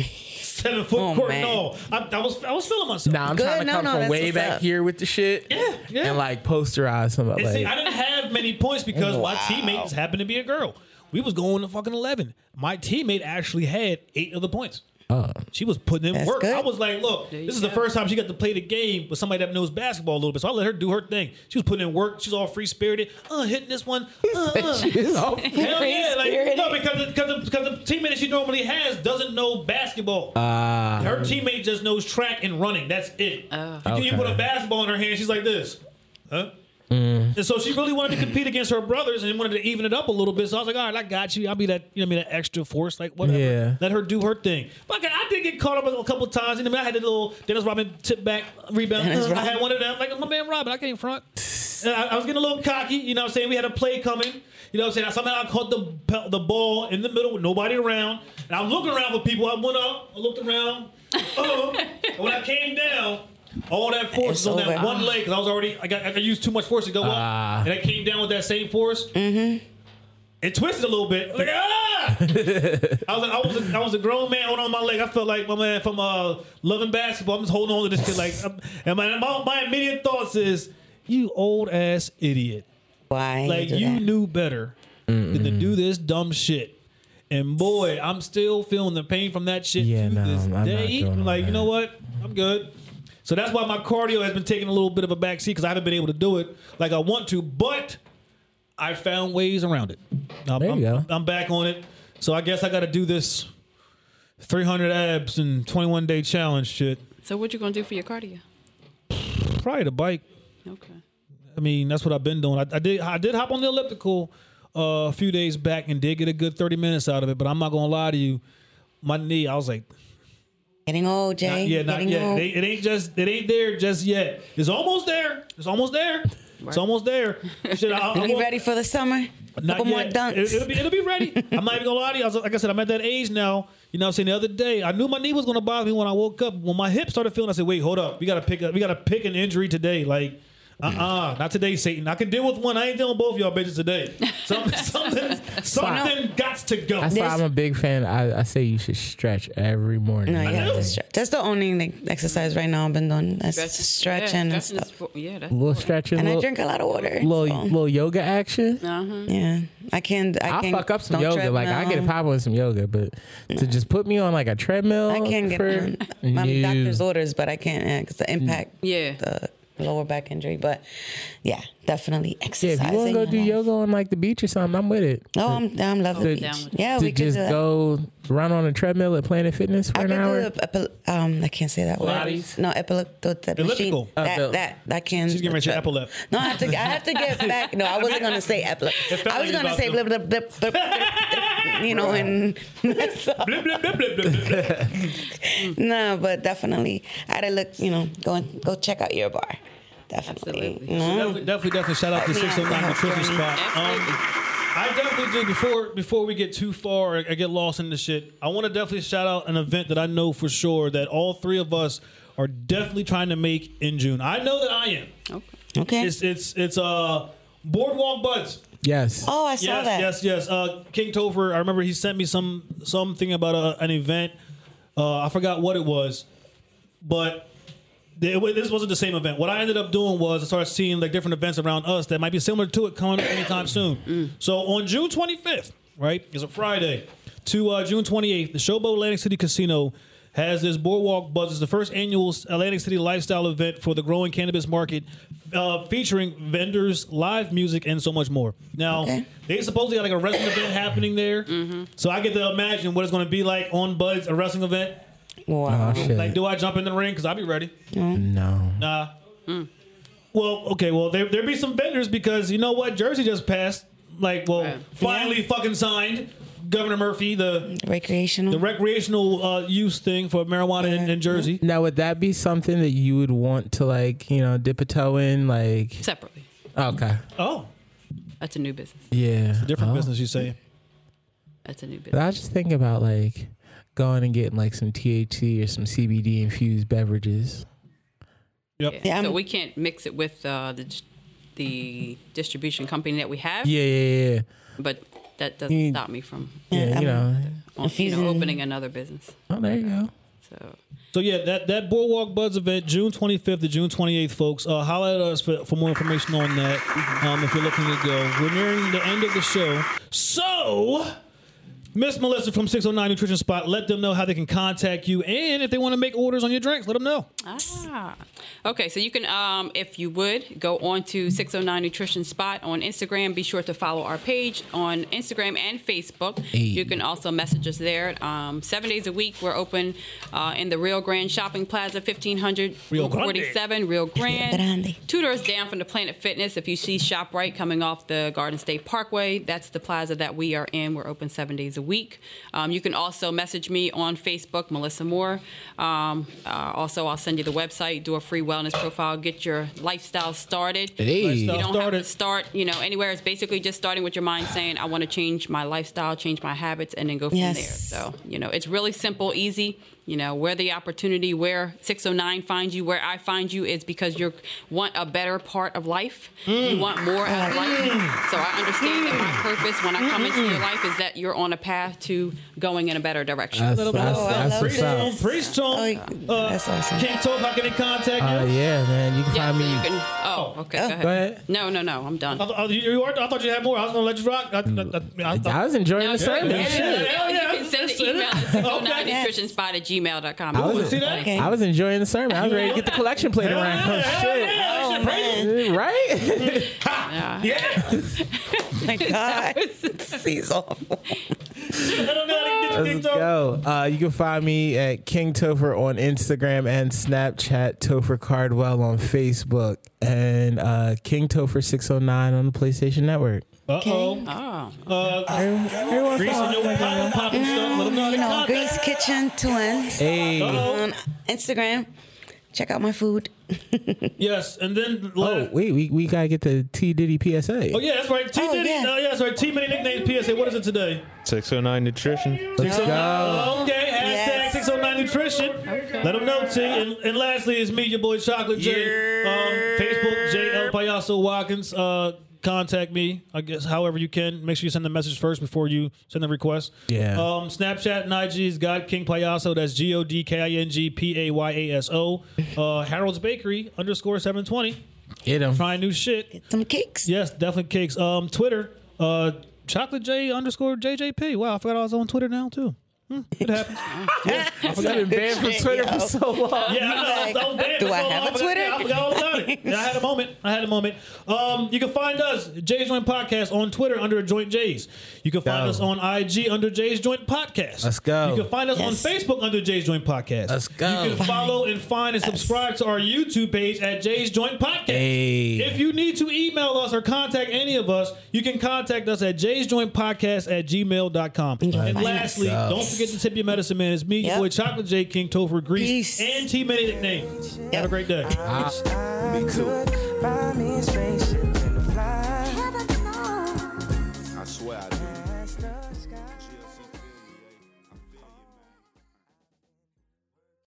Speaker 4: Seven foot
Speaker 7: Oh,
Speaker 4: court
Speaker 7: man.
Speaker 4: and all. I, I was I was feeling myself.
Speaker 8: Now I'm
Speaker 7: Good,
Speaker 8: trying to
Speaker 7: no,
Speaker 8: come
Speaker 7: no,
Speaker 8: from
Speaker 7: that's
Speaker 8: way
Speaker 7: what's
Speaker 8: back
Speaker 7: up.
Speaker 8: here with the shit,
Speaker 4: Yeah, yeah.
Speaker 8: and like posterize somebody.
Speaker 4: And see, I
Speaker 8: Like,
Speaker 4: didn't have many points because my teammate just happened to be a girl. We was going to fucking eleven. My teammate actually had eight of the points. she was putting in
Speaker 7: That's
Speaker 4: work.
Speaker 7: good.
Speaker 4: I was like, look,
Speaker 3: you
Speaker 4: this is the
Speaker 3: go.
Speaker 4: first time she got to play the game with somebody that knows basketball a little bit. So I let her do her thing. She was putting in work. She's all free spirited. Uh, hitting this one. Uh, uh.
Speaker 8: [laughs] It's
Speaker 4: [laughs]
Speaker 8: all-
Speaker 4: Hell yeah! Like,
Speaker 7: Free-spirited.
Speaker 4: no, because because the, because the teammate that she normally has doesn't know basketball.
Speaker 8: Ah,
Speaker 4: her teammate just knows track and running. That's it.
Speaker 7: Oh.
Speaker 4: you, you
Speaker 8: Okay. Mm.
Speaker 4: put a basketball in her hand, she's like this, huh? And so she really wanted to compete against her brothers and wanted to even it up a little bit. So I was like, all right, I got you. I'll be that, you know, what I mean, that extra force, like whatever.
Speaker 8: Yeah.
Speaker 4: Let her do her thing. But like, I did get caught up a couple times. You know, I had a little Dennis Robin tip back rebound.
Speaker 7: Dennis
Speaker 4: Uh, I
Speaker 7: Rodman.
Speaker 4: had one of them. Like my man Robin, I came front. And I, I was getting a little cocky, you know what I'm saying? We had a play coming. You know what I'm saying? I somehow I caught the pe- the ball in the middle with nobody around. And I'm looking around for people. I went up, I looked around. Oh, and when I came down, all that force
Speaker 7: It's
Speaker 4: was on that
Speaker 7: over.
Speaker 4: one leg because I was already I got I used too much force to go
Speaker 8: Ah.
Speaker 4: up, and I came down with that same force. Mm-hmm. It twisted a little bit. Like ah! I was I was a, I was a grown man holding on my leg. I felt like my man from uh, loving basketball. I'm just holding on to this kid like, I'm- and my, my my immediate thoughts is, you old ass idiot.
Speaker 7: Why?
Speaker 4: Like
Speaker 7: do
Speaker 4: you
Speaker 7: that?
Speaker 4: knew better than to do this dumb shit. And boy, I'm still feeling the pain from that shit
Speaker 8: Yeah,
Speaker 4: to
Speaker 8: no,
Speaker 4: this
Speaker 8: I'm not
Speaker 4: day.
Speaker 8: doing all
Speaker 4: like, you
Speaker 8: that.
Speaker 4: know what? I'm good. So that's why my cardio has been taking a little bit of a backseat because I haven't been able to do it like I want to, but I found ways around it. I'm,
Speaker 8: There you
Speaker 4: I'm-
Speaker 8: go.
Speaker 4: I'm back on it. So I guess I got to do this 300 abs and 21 day challenge shit.
Speaker 3: So what you going to do for your cardio?
Speaker 4: Probably the bike.
Speaker 3: Okay.
Speaker 4: I mean, that's what I've been doing. I, I did I did hop on the elliptical uh, a few days back and did get a good thirty minutes out of it. But I'm not gonna lie to you, my knee. I was like,
Speaker 7: Getting old, Jay.
Speaker 4: not yet, not
Speaker 7: Getting
Speaker 4: yet.
Speaker 7: old.
Speaker 4: They, it ain't just it ain't there just yet. It's almost there. It's almost there. It's almost
Speaker 7: [laughs]
Speaker 4: there. Shit, I, I, I
Speaker 7: you
Speaker 4: won't-
Speaker 7: ready for the summer?
Speaker 4: not
Speaker 7: Couple more
Speaker 4: yet.
Speaker 7: dunks.
Speaker 4: It, will be it'll be ready. I'm not even gonna lie to you. I was, like I said, I'm at that age now. You know what I'm saying? The other day, I knew my knee was gonna bother me when I woke up. When my hip started feeling, I said, wait, hold up. We gotta pick up, we gotta pick an injury today. Like, uh-uh, not today, Satan. I can deal with one. I ain't dealing with both of y'all bitches today. Something something something got to go.
Speaker 8: that's why
Speaker 7: This-
Speaker 8: I'm a big fan. I, I say you should stretch every morning.
Speaker 7: no, you have
Speaker 4: know.
Speaker 7: to stretch. That's the only like, exercise right now I've been doing. That's stretching
Speaker 3: yeah,
Speaker 7: and
Speaker 3: stretching is
Speaker 7: stuff.
Speaker 3: for- yeah, that's
Speaker 8: A little stretching,
Speaker 7: And I
Speaker 8: little,
Speaker 7: drink a lot of water.
Speaker 8: little,
Speaker 7: so,
Speaker 8: little yoga action.
Speaker 7: yeah, I can't. I
Speaker 8: I'll
Speaker 7: can't,
Speaker 8: fuck up some
Speaker 7: don't
Speaker 8: yoga. Like I get a
Speaker 7: treadmill. Mm.
Speaker 8: pop on some yoga, but to just put me on like a treadmill,
Speaker 7: I can't
Speaker 8: [laughs]
Speaker 7: get
Speaker 8: for,
Speaker 7: on. My
Speaker 8: No.
Speaker 4: Mm.
Speaker 7: doctor's orders, but I can't because the impact.
Speaker 3: Yeah.
Speaker 7: The, lower back injury. But yeah, definitely
Speaker 8: Yeah,
Speaker 7: exercising.
Speaker 8: if you want to go
Speaker 7: your
Speaker 8: do
Speaker 7: life.
Speaker 8: yoga on like the beach or something, I'm with it.
Speaker 7: No, Oh, I'm, I'm loving
Speaker 8: To-
Speaker 7: the beach.
Speaker 3: down with
Speaker 7: Yeah,
Speaker 8: to
Speaker 7: we could
Speaker 8: just
Speaker 7: do that.
Speaker 8: go run on a treadmill at Planet Fitness for
Speaker 7: I
Speaker 8: an
Speaker 7: could
Speaker 8: hour.
Speaker 7: do a, a- um, I can't say that word.
Speaker 8: Pilates?
Speaker 7: No, epileptical. That
Speaker 4: Elliptical.
Speaker 7: machine.
Speaker 8: Uh,
Speaker 7: That,
Speaker 8: the-
Speaker 7: that that can.
Speaker 4: She's getting ready to epilep.
Speaker 7: No, I have to. I have to
Speaker 4: [laughs]
Speaker 7: get back. No, I wasn't gonna say epileptic.
Speaker 4: felt
Speaker 7: I was
Speaker 4: like you
Speaker 7: gonna
Speaker 4: about
Speaker 7: say
Speaker 4: to-
Speaker 7: blip, blip, blip, blip, blip, blip, you know, and [laughs] so,
Speaker 4: Blip, blip, blip, blip, blip, blip.
Speaker 7: no, but definitely, I had to look. You know, go and go check out your bar. Definitely.
Speaker 3: Absolutely.
Speaker 7: No.
Speaker 4: Definitely, definitely, definitely shout out to
Speaker 7: Yeah,
Speaker 4: 609 Nutrition
Speaker 7: definitely.
Speaker 4: Spot. Um, I definitely do. Before before we get too far, I get lost in this shit. I want to definitely shout out an event that I know for sure that all three of us are definitely trying to make in June. I know that I am.
Speaker 7: Okay.
Speaker 4: It's it's it's uh Boardwalk Buds.
Speaker 8: yes.
Speaker 7: Oh, I saw
Speaker 4: yes,
Speaker 7: that.
Speaker 4: yes, yes. Uh, King Topher, I remember he sent me some something about a, an event. Uh, I forgot what it was, but they, wa- this wasn't the same event. What I ended up doing was I started seeing like different events around us that might be similar to it coming up anytime soon. So on June 25th, right, is a Friday, to uh, June 28th, the Showboat Atlantic City Casino has this Boardwalk Buzz. It's the first annual Atlantic City lifestyle event for the growing cannabis market, uh, featuring vendors, live music, and so much more. Now,
Speaker 7: Okay.
Speaker 4: they supposedly got like a wrestling event happening there, so I get to imagine what it's going to be like on Bud's a wrestling event.
Speaker 7: Wow.
Speaker 8: Oh, shit.
Speaker 4: Like, do I jump in the ring? Because I'll be ready.
Speaker 8: no.
Speaker 4: Nah. Well, okay. Well, there there be some vendors because you know what? Jersey just passed. Like, well,
Speaker 3: Right.
Speaker 4: finally fucking signed Governor Murphy the
Speaker 7: Recreational.
Speaker 4: the recreational uh, use thing for marijuana in, in Jersey.
Speaker 8: Now would that be something that you would want to like, you know, dip a toe in? Like
Speaker 3: Separately.
Speaker 8: Okay.
Speaker 4: Oh,
Speaker 3: That's a new business.
Speaker 8: Yeah.
Speaker 4: different
Speaker 8: Oh.
Speaker 4: business. You say?
Speaker 3: That's a new
Speaker 8: But
Speaker 3: business.
Speaker 8: I was just thinking about like going and getting like some THC or some CBD infused beverages.
Speaker 4: Yep.
Speaker 7: Yeah,
Speaker 3: so
Speaker 7: I'm-
Speaker 3: we can't mix it with uh, the dis- the distribution company that we have,
Speaker 8: Yeah, yeah, yeah.
Speaker 3: but that doesn't
Speaker 8: You-
Speaker 3: stop me from
Speaker 8: Yeah,
Speaker 7: Mm. Yeah,
Speaker 8: you know.
Speaker 3: on, you know,
Speaker 7: Infusing-
Speaker 3: opening another business.
Speaker 8: Oh, there you go.
Speaker 3: So
Speaker 4: So yeah, that that Boardwalk Buds event, June 25th to June 28th, folks. Uh, holla at us for, for more information on that. Um, if you're looking to go, we're nearing the end of the show. So, Miss Melissa from 609 Nutrition Spot, let them know how they can contact you, and if they want to make orders on your drinks, let them know.
Speaker 3: Ah. Okay, so you can, um, if you would, go on to 609 Nutrition Spot on Instagram. Be sure to follow our page on Instagram and Facebook. You can also message us there. Um, seven days a week, we're open uh, in the Rio Grande Shopping Plaza, 1500
Speaker 4: Rio
Speaker 3: Rio
Speaker 4: Grande.
Speaker 3: 47, Rio Grande.
Speaker 7: Grande.
Speaker 3: Two doors down from the Planet Fitness. If you see ShopRite coming off the Garden State Parkway, that's the plaza that we are in. We're open seven days a week. Um, you can also message me on Facebook, Melissa Moore. Um, uh, also, I'll send you the website, do a free wellness profile, get your lifestyle started.
Speaker 8: Hey.
Speaker 3: You
Speaker 4: Lifestyle.
Speaker 3: don't
Speaker 4: Started.
Speaker 3: have to start, you know, anywhere. It's basically just starting with your mind saying, I want to change my lifestyle, change my habits, and then go from
Speaker 7: Yes.
Speaker 3: there. So, you know, it's really simple, easy. You know, where the opportunity, where 609 finds you, where I find you is because you want a better part of life. You want more out of life. So I understand that my purpose when I come into your life is that you're on a path to going in a better direction.
Speaker 8: That's, that's,
Speaker 7: Oh, I
Speaker 8: that's
Speaker 7: love
Speaker 8: what's
Speaker 7: this.
Speaker 8: up.
Speaker 4: Preach to 'em.
Speaker 7: Oh, yeah.
Speaker 4: Uh,
Speaker 7: That's awesome.
Speaker 4: King Tope, how can they contact you?
Speaker 8: Uh, yeah, man. You can
Speaker 3: Yeah,
Speaker 8: find
Speaker 3: so
Speaker 8: me.
Speaker 3: you can, oh, okay. Go ahead.
Speaker 8: Go ahead.
Speaker 3: No, no, no. I'm done.
Speaker 4: I, th- I, you- you are- I thought you had more. I was gonna let you rock. I, I, I, I,
Speaker 8: I was enjoying the
Speaker 4: yeah,
Speaker 8: sermon.
Speaker 4: yeah,
Speaker 8: Shit.
Speaker 4: yeah, yeah,
Speaker 3: you can send
Speaker 4: that's-
Speaker 3: an email to
Speaker 4: that's-
Speaker 3: 609
Speaker 4: okay.
Speaker 3: nutritionspot at gmail.com.
Speaker 8: I
Speaker 4: Oh, See that?
Speaker 7: Okay.
Speaker 8: I was enjoying the sermon. I was ready to get the collection plate
Speaker 4: Hell
Speaker 8: around.
Speaker 4: yeah, hell
Speaker 8: Shit.
Speaker 4: yeah, shit, praise it.
Speaker 8: Right? [laughs]
Speaker 4: Yeah.
Speaker 7: [laughs] my God.
Speaker 3: [laughs]
Speaker 7: He's awful.
Speaker 4: [laughs] I don't know how to get you
Speaker 8: Let's
Speaker 4: kicked off.
Speaker 8: go. Uh, you can find me at King Topher on Instagram and Snapchat, Topher Cardwell on Facebook, and uh, King Topher 609 on the PlayStation Network.
Speaker 4: Uh-oh.
Speaker 3: Oh,
Speaker 4: Uh,
Speaker 8: Everyone
Speaker 4: grease in your pop, popping stuff. Let them know how to
Speaker 7: Mm, You know,
Speaker 4: contact you.
Speaker 7: Grease Kitchen to ends
Speaker 8: Hey.
Speaker 4: Uh-oh.
Speaker 7: on Instagram. Check out my food.
Speaker 4: Yes, and then
Speaker 8: Oh,
Speaker 4: oh,
Speaker 8: wait, we, we got to get the T. Diddy PSA.
Speaker 4: oh yeah, that's right. T
Speaker 7: Oh,
Speaker 4: Diddy,
Speaker 7: yeah.
Speaker 4: oh yeah, that's right. T Mini nickname PSA. What is it today?
Speaker 9: 609 Nutrition.
Speaker 8: Let's go.
Speaker 4: Okay, hashtag
Speaker 7: Yes.
Speaker 4: 609 Nutrition. Let them know, T. And, and lastly, it's me, your boy Chocolate J. Um, Facebook, J. El Payaso Watkins. Uh, contact me, I guess, however you can. Make sure you send the message first before you send the request.
Speaker 8: Yeah.
Speaker 4: Um, Snapchat and IG is God King Payaso. That's G O D K I N G P A Y A S O. Uh, Harold's Bakery underscore 720.
Speaker 8: Get him.
Speaker 4: Trying new shit.
Speaker 7: Some cakes.
Speaker 4: Yes, definitely cakes. Um, Twitter, uh, chocolate J underscore JJP. Wow, I forgot I was on Twitter now too. Hmm. It happens.
Speaker 8: I've been banned from Twitter for so long.
Speaker 4: Yeah, I, know. I was- I was banned
Speaker 7: Do
Speaker 4: for
Speaker 7: I
Speaker 4: so
Speaker 7: have
Speaker 4: long.
Speaker 7: a Twitter?
Speaker 4: I forgot, yeah, I forgot all about it. And I had a moment. I had a moment. Um, you can find us, Jay's Joint Podcast, on Twitter under Joint Jays. You can find
Speaker 8: Go.
Speaker 4: us on IG under Jay's Joint Podcast.
Speaker 8: Let's go.
Speaker 4: You can find us
Speaker 7: Yes.
Speaker 4: on Facebook under Jay's Joint Podcast.
Speaker 8: Let's go.
Speaker 4: You can follow and find and subscribe to our YouTube page at Jay's Joint Podcast.
Speaker 8: Hey.
Speaker 4: If you need to email us or contact any of us, you can contact us at Jay's Joint Podcast at gmail.com. And
Speaker 7: find
Speaker 4: lastly,
Speaker 8: us.
Speaker 4: don't forget to tip your medicine man. It's me, your
Speaker 7: Yep.
Speaker 4: boy Chocolate J King, Topher Grease.
Speaker 7: Peace.
Speaker 4: And T Many Nicknames. Have a great day.
Speaker 2: I could buy me a spaceship.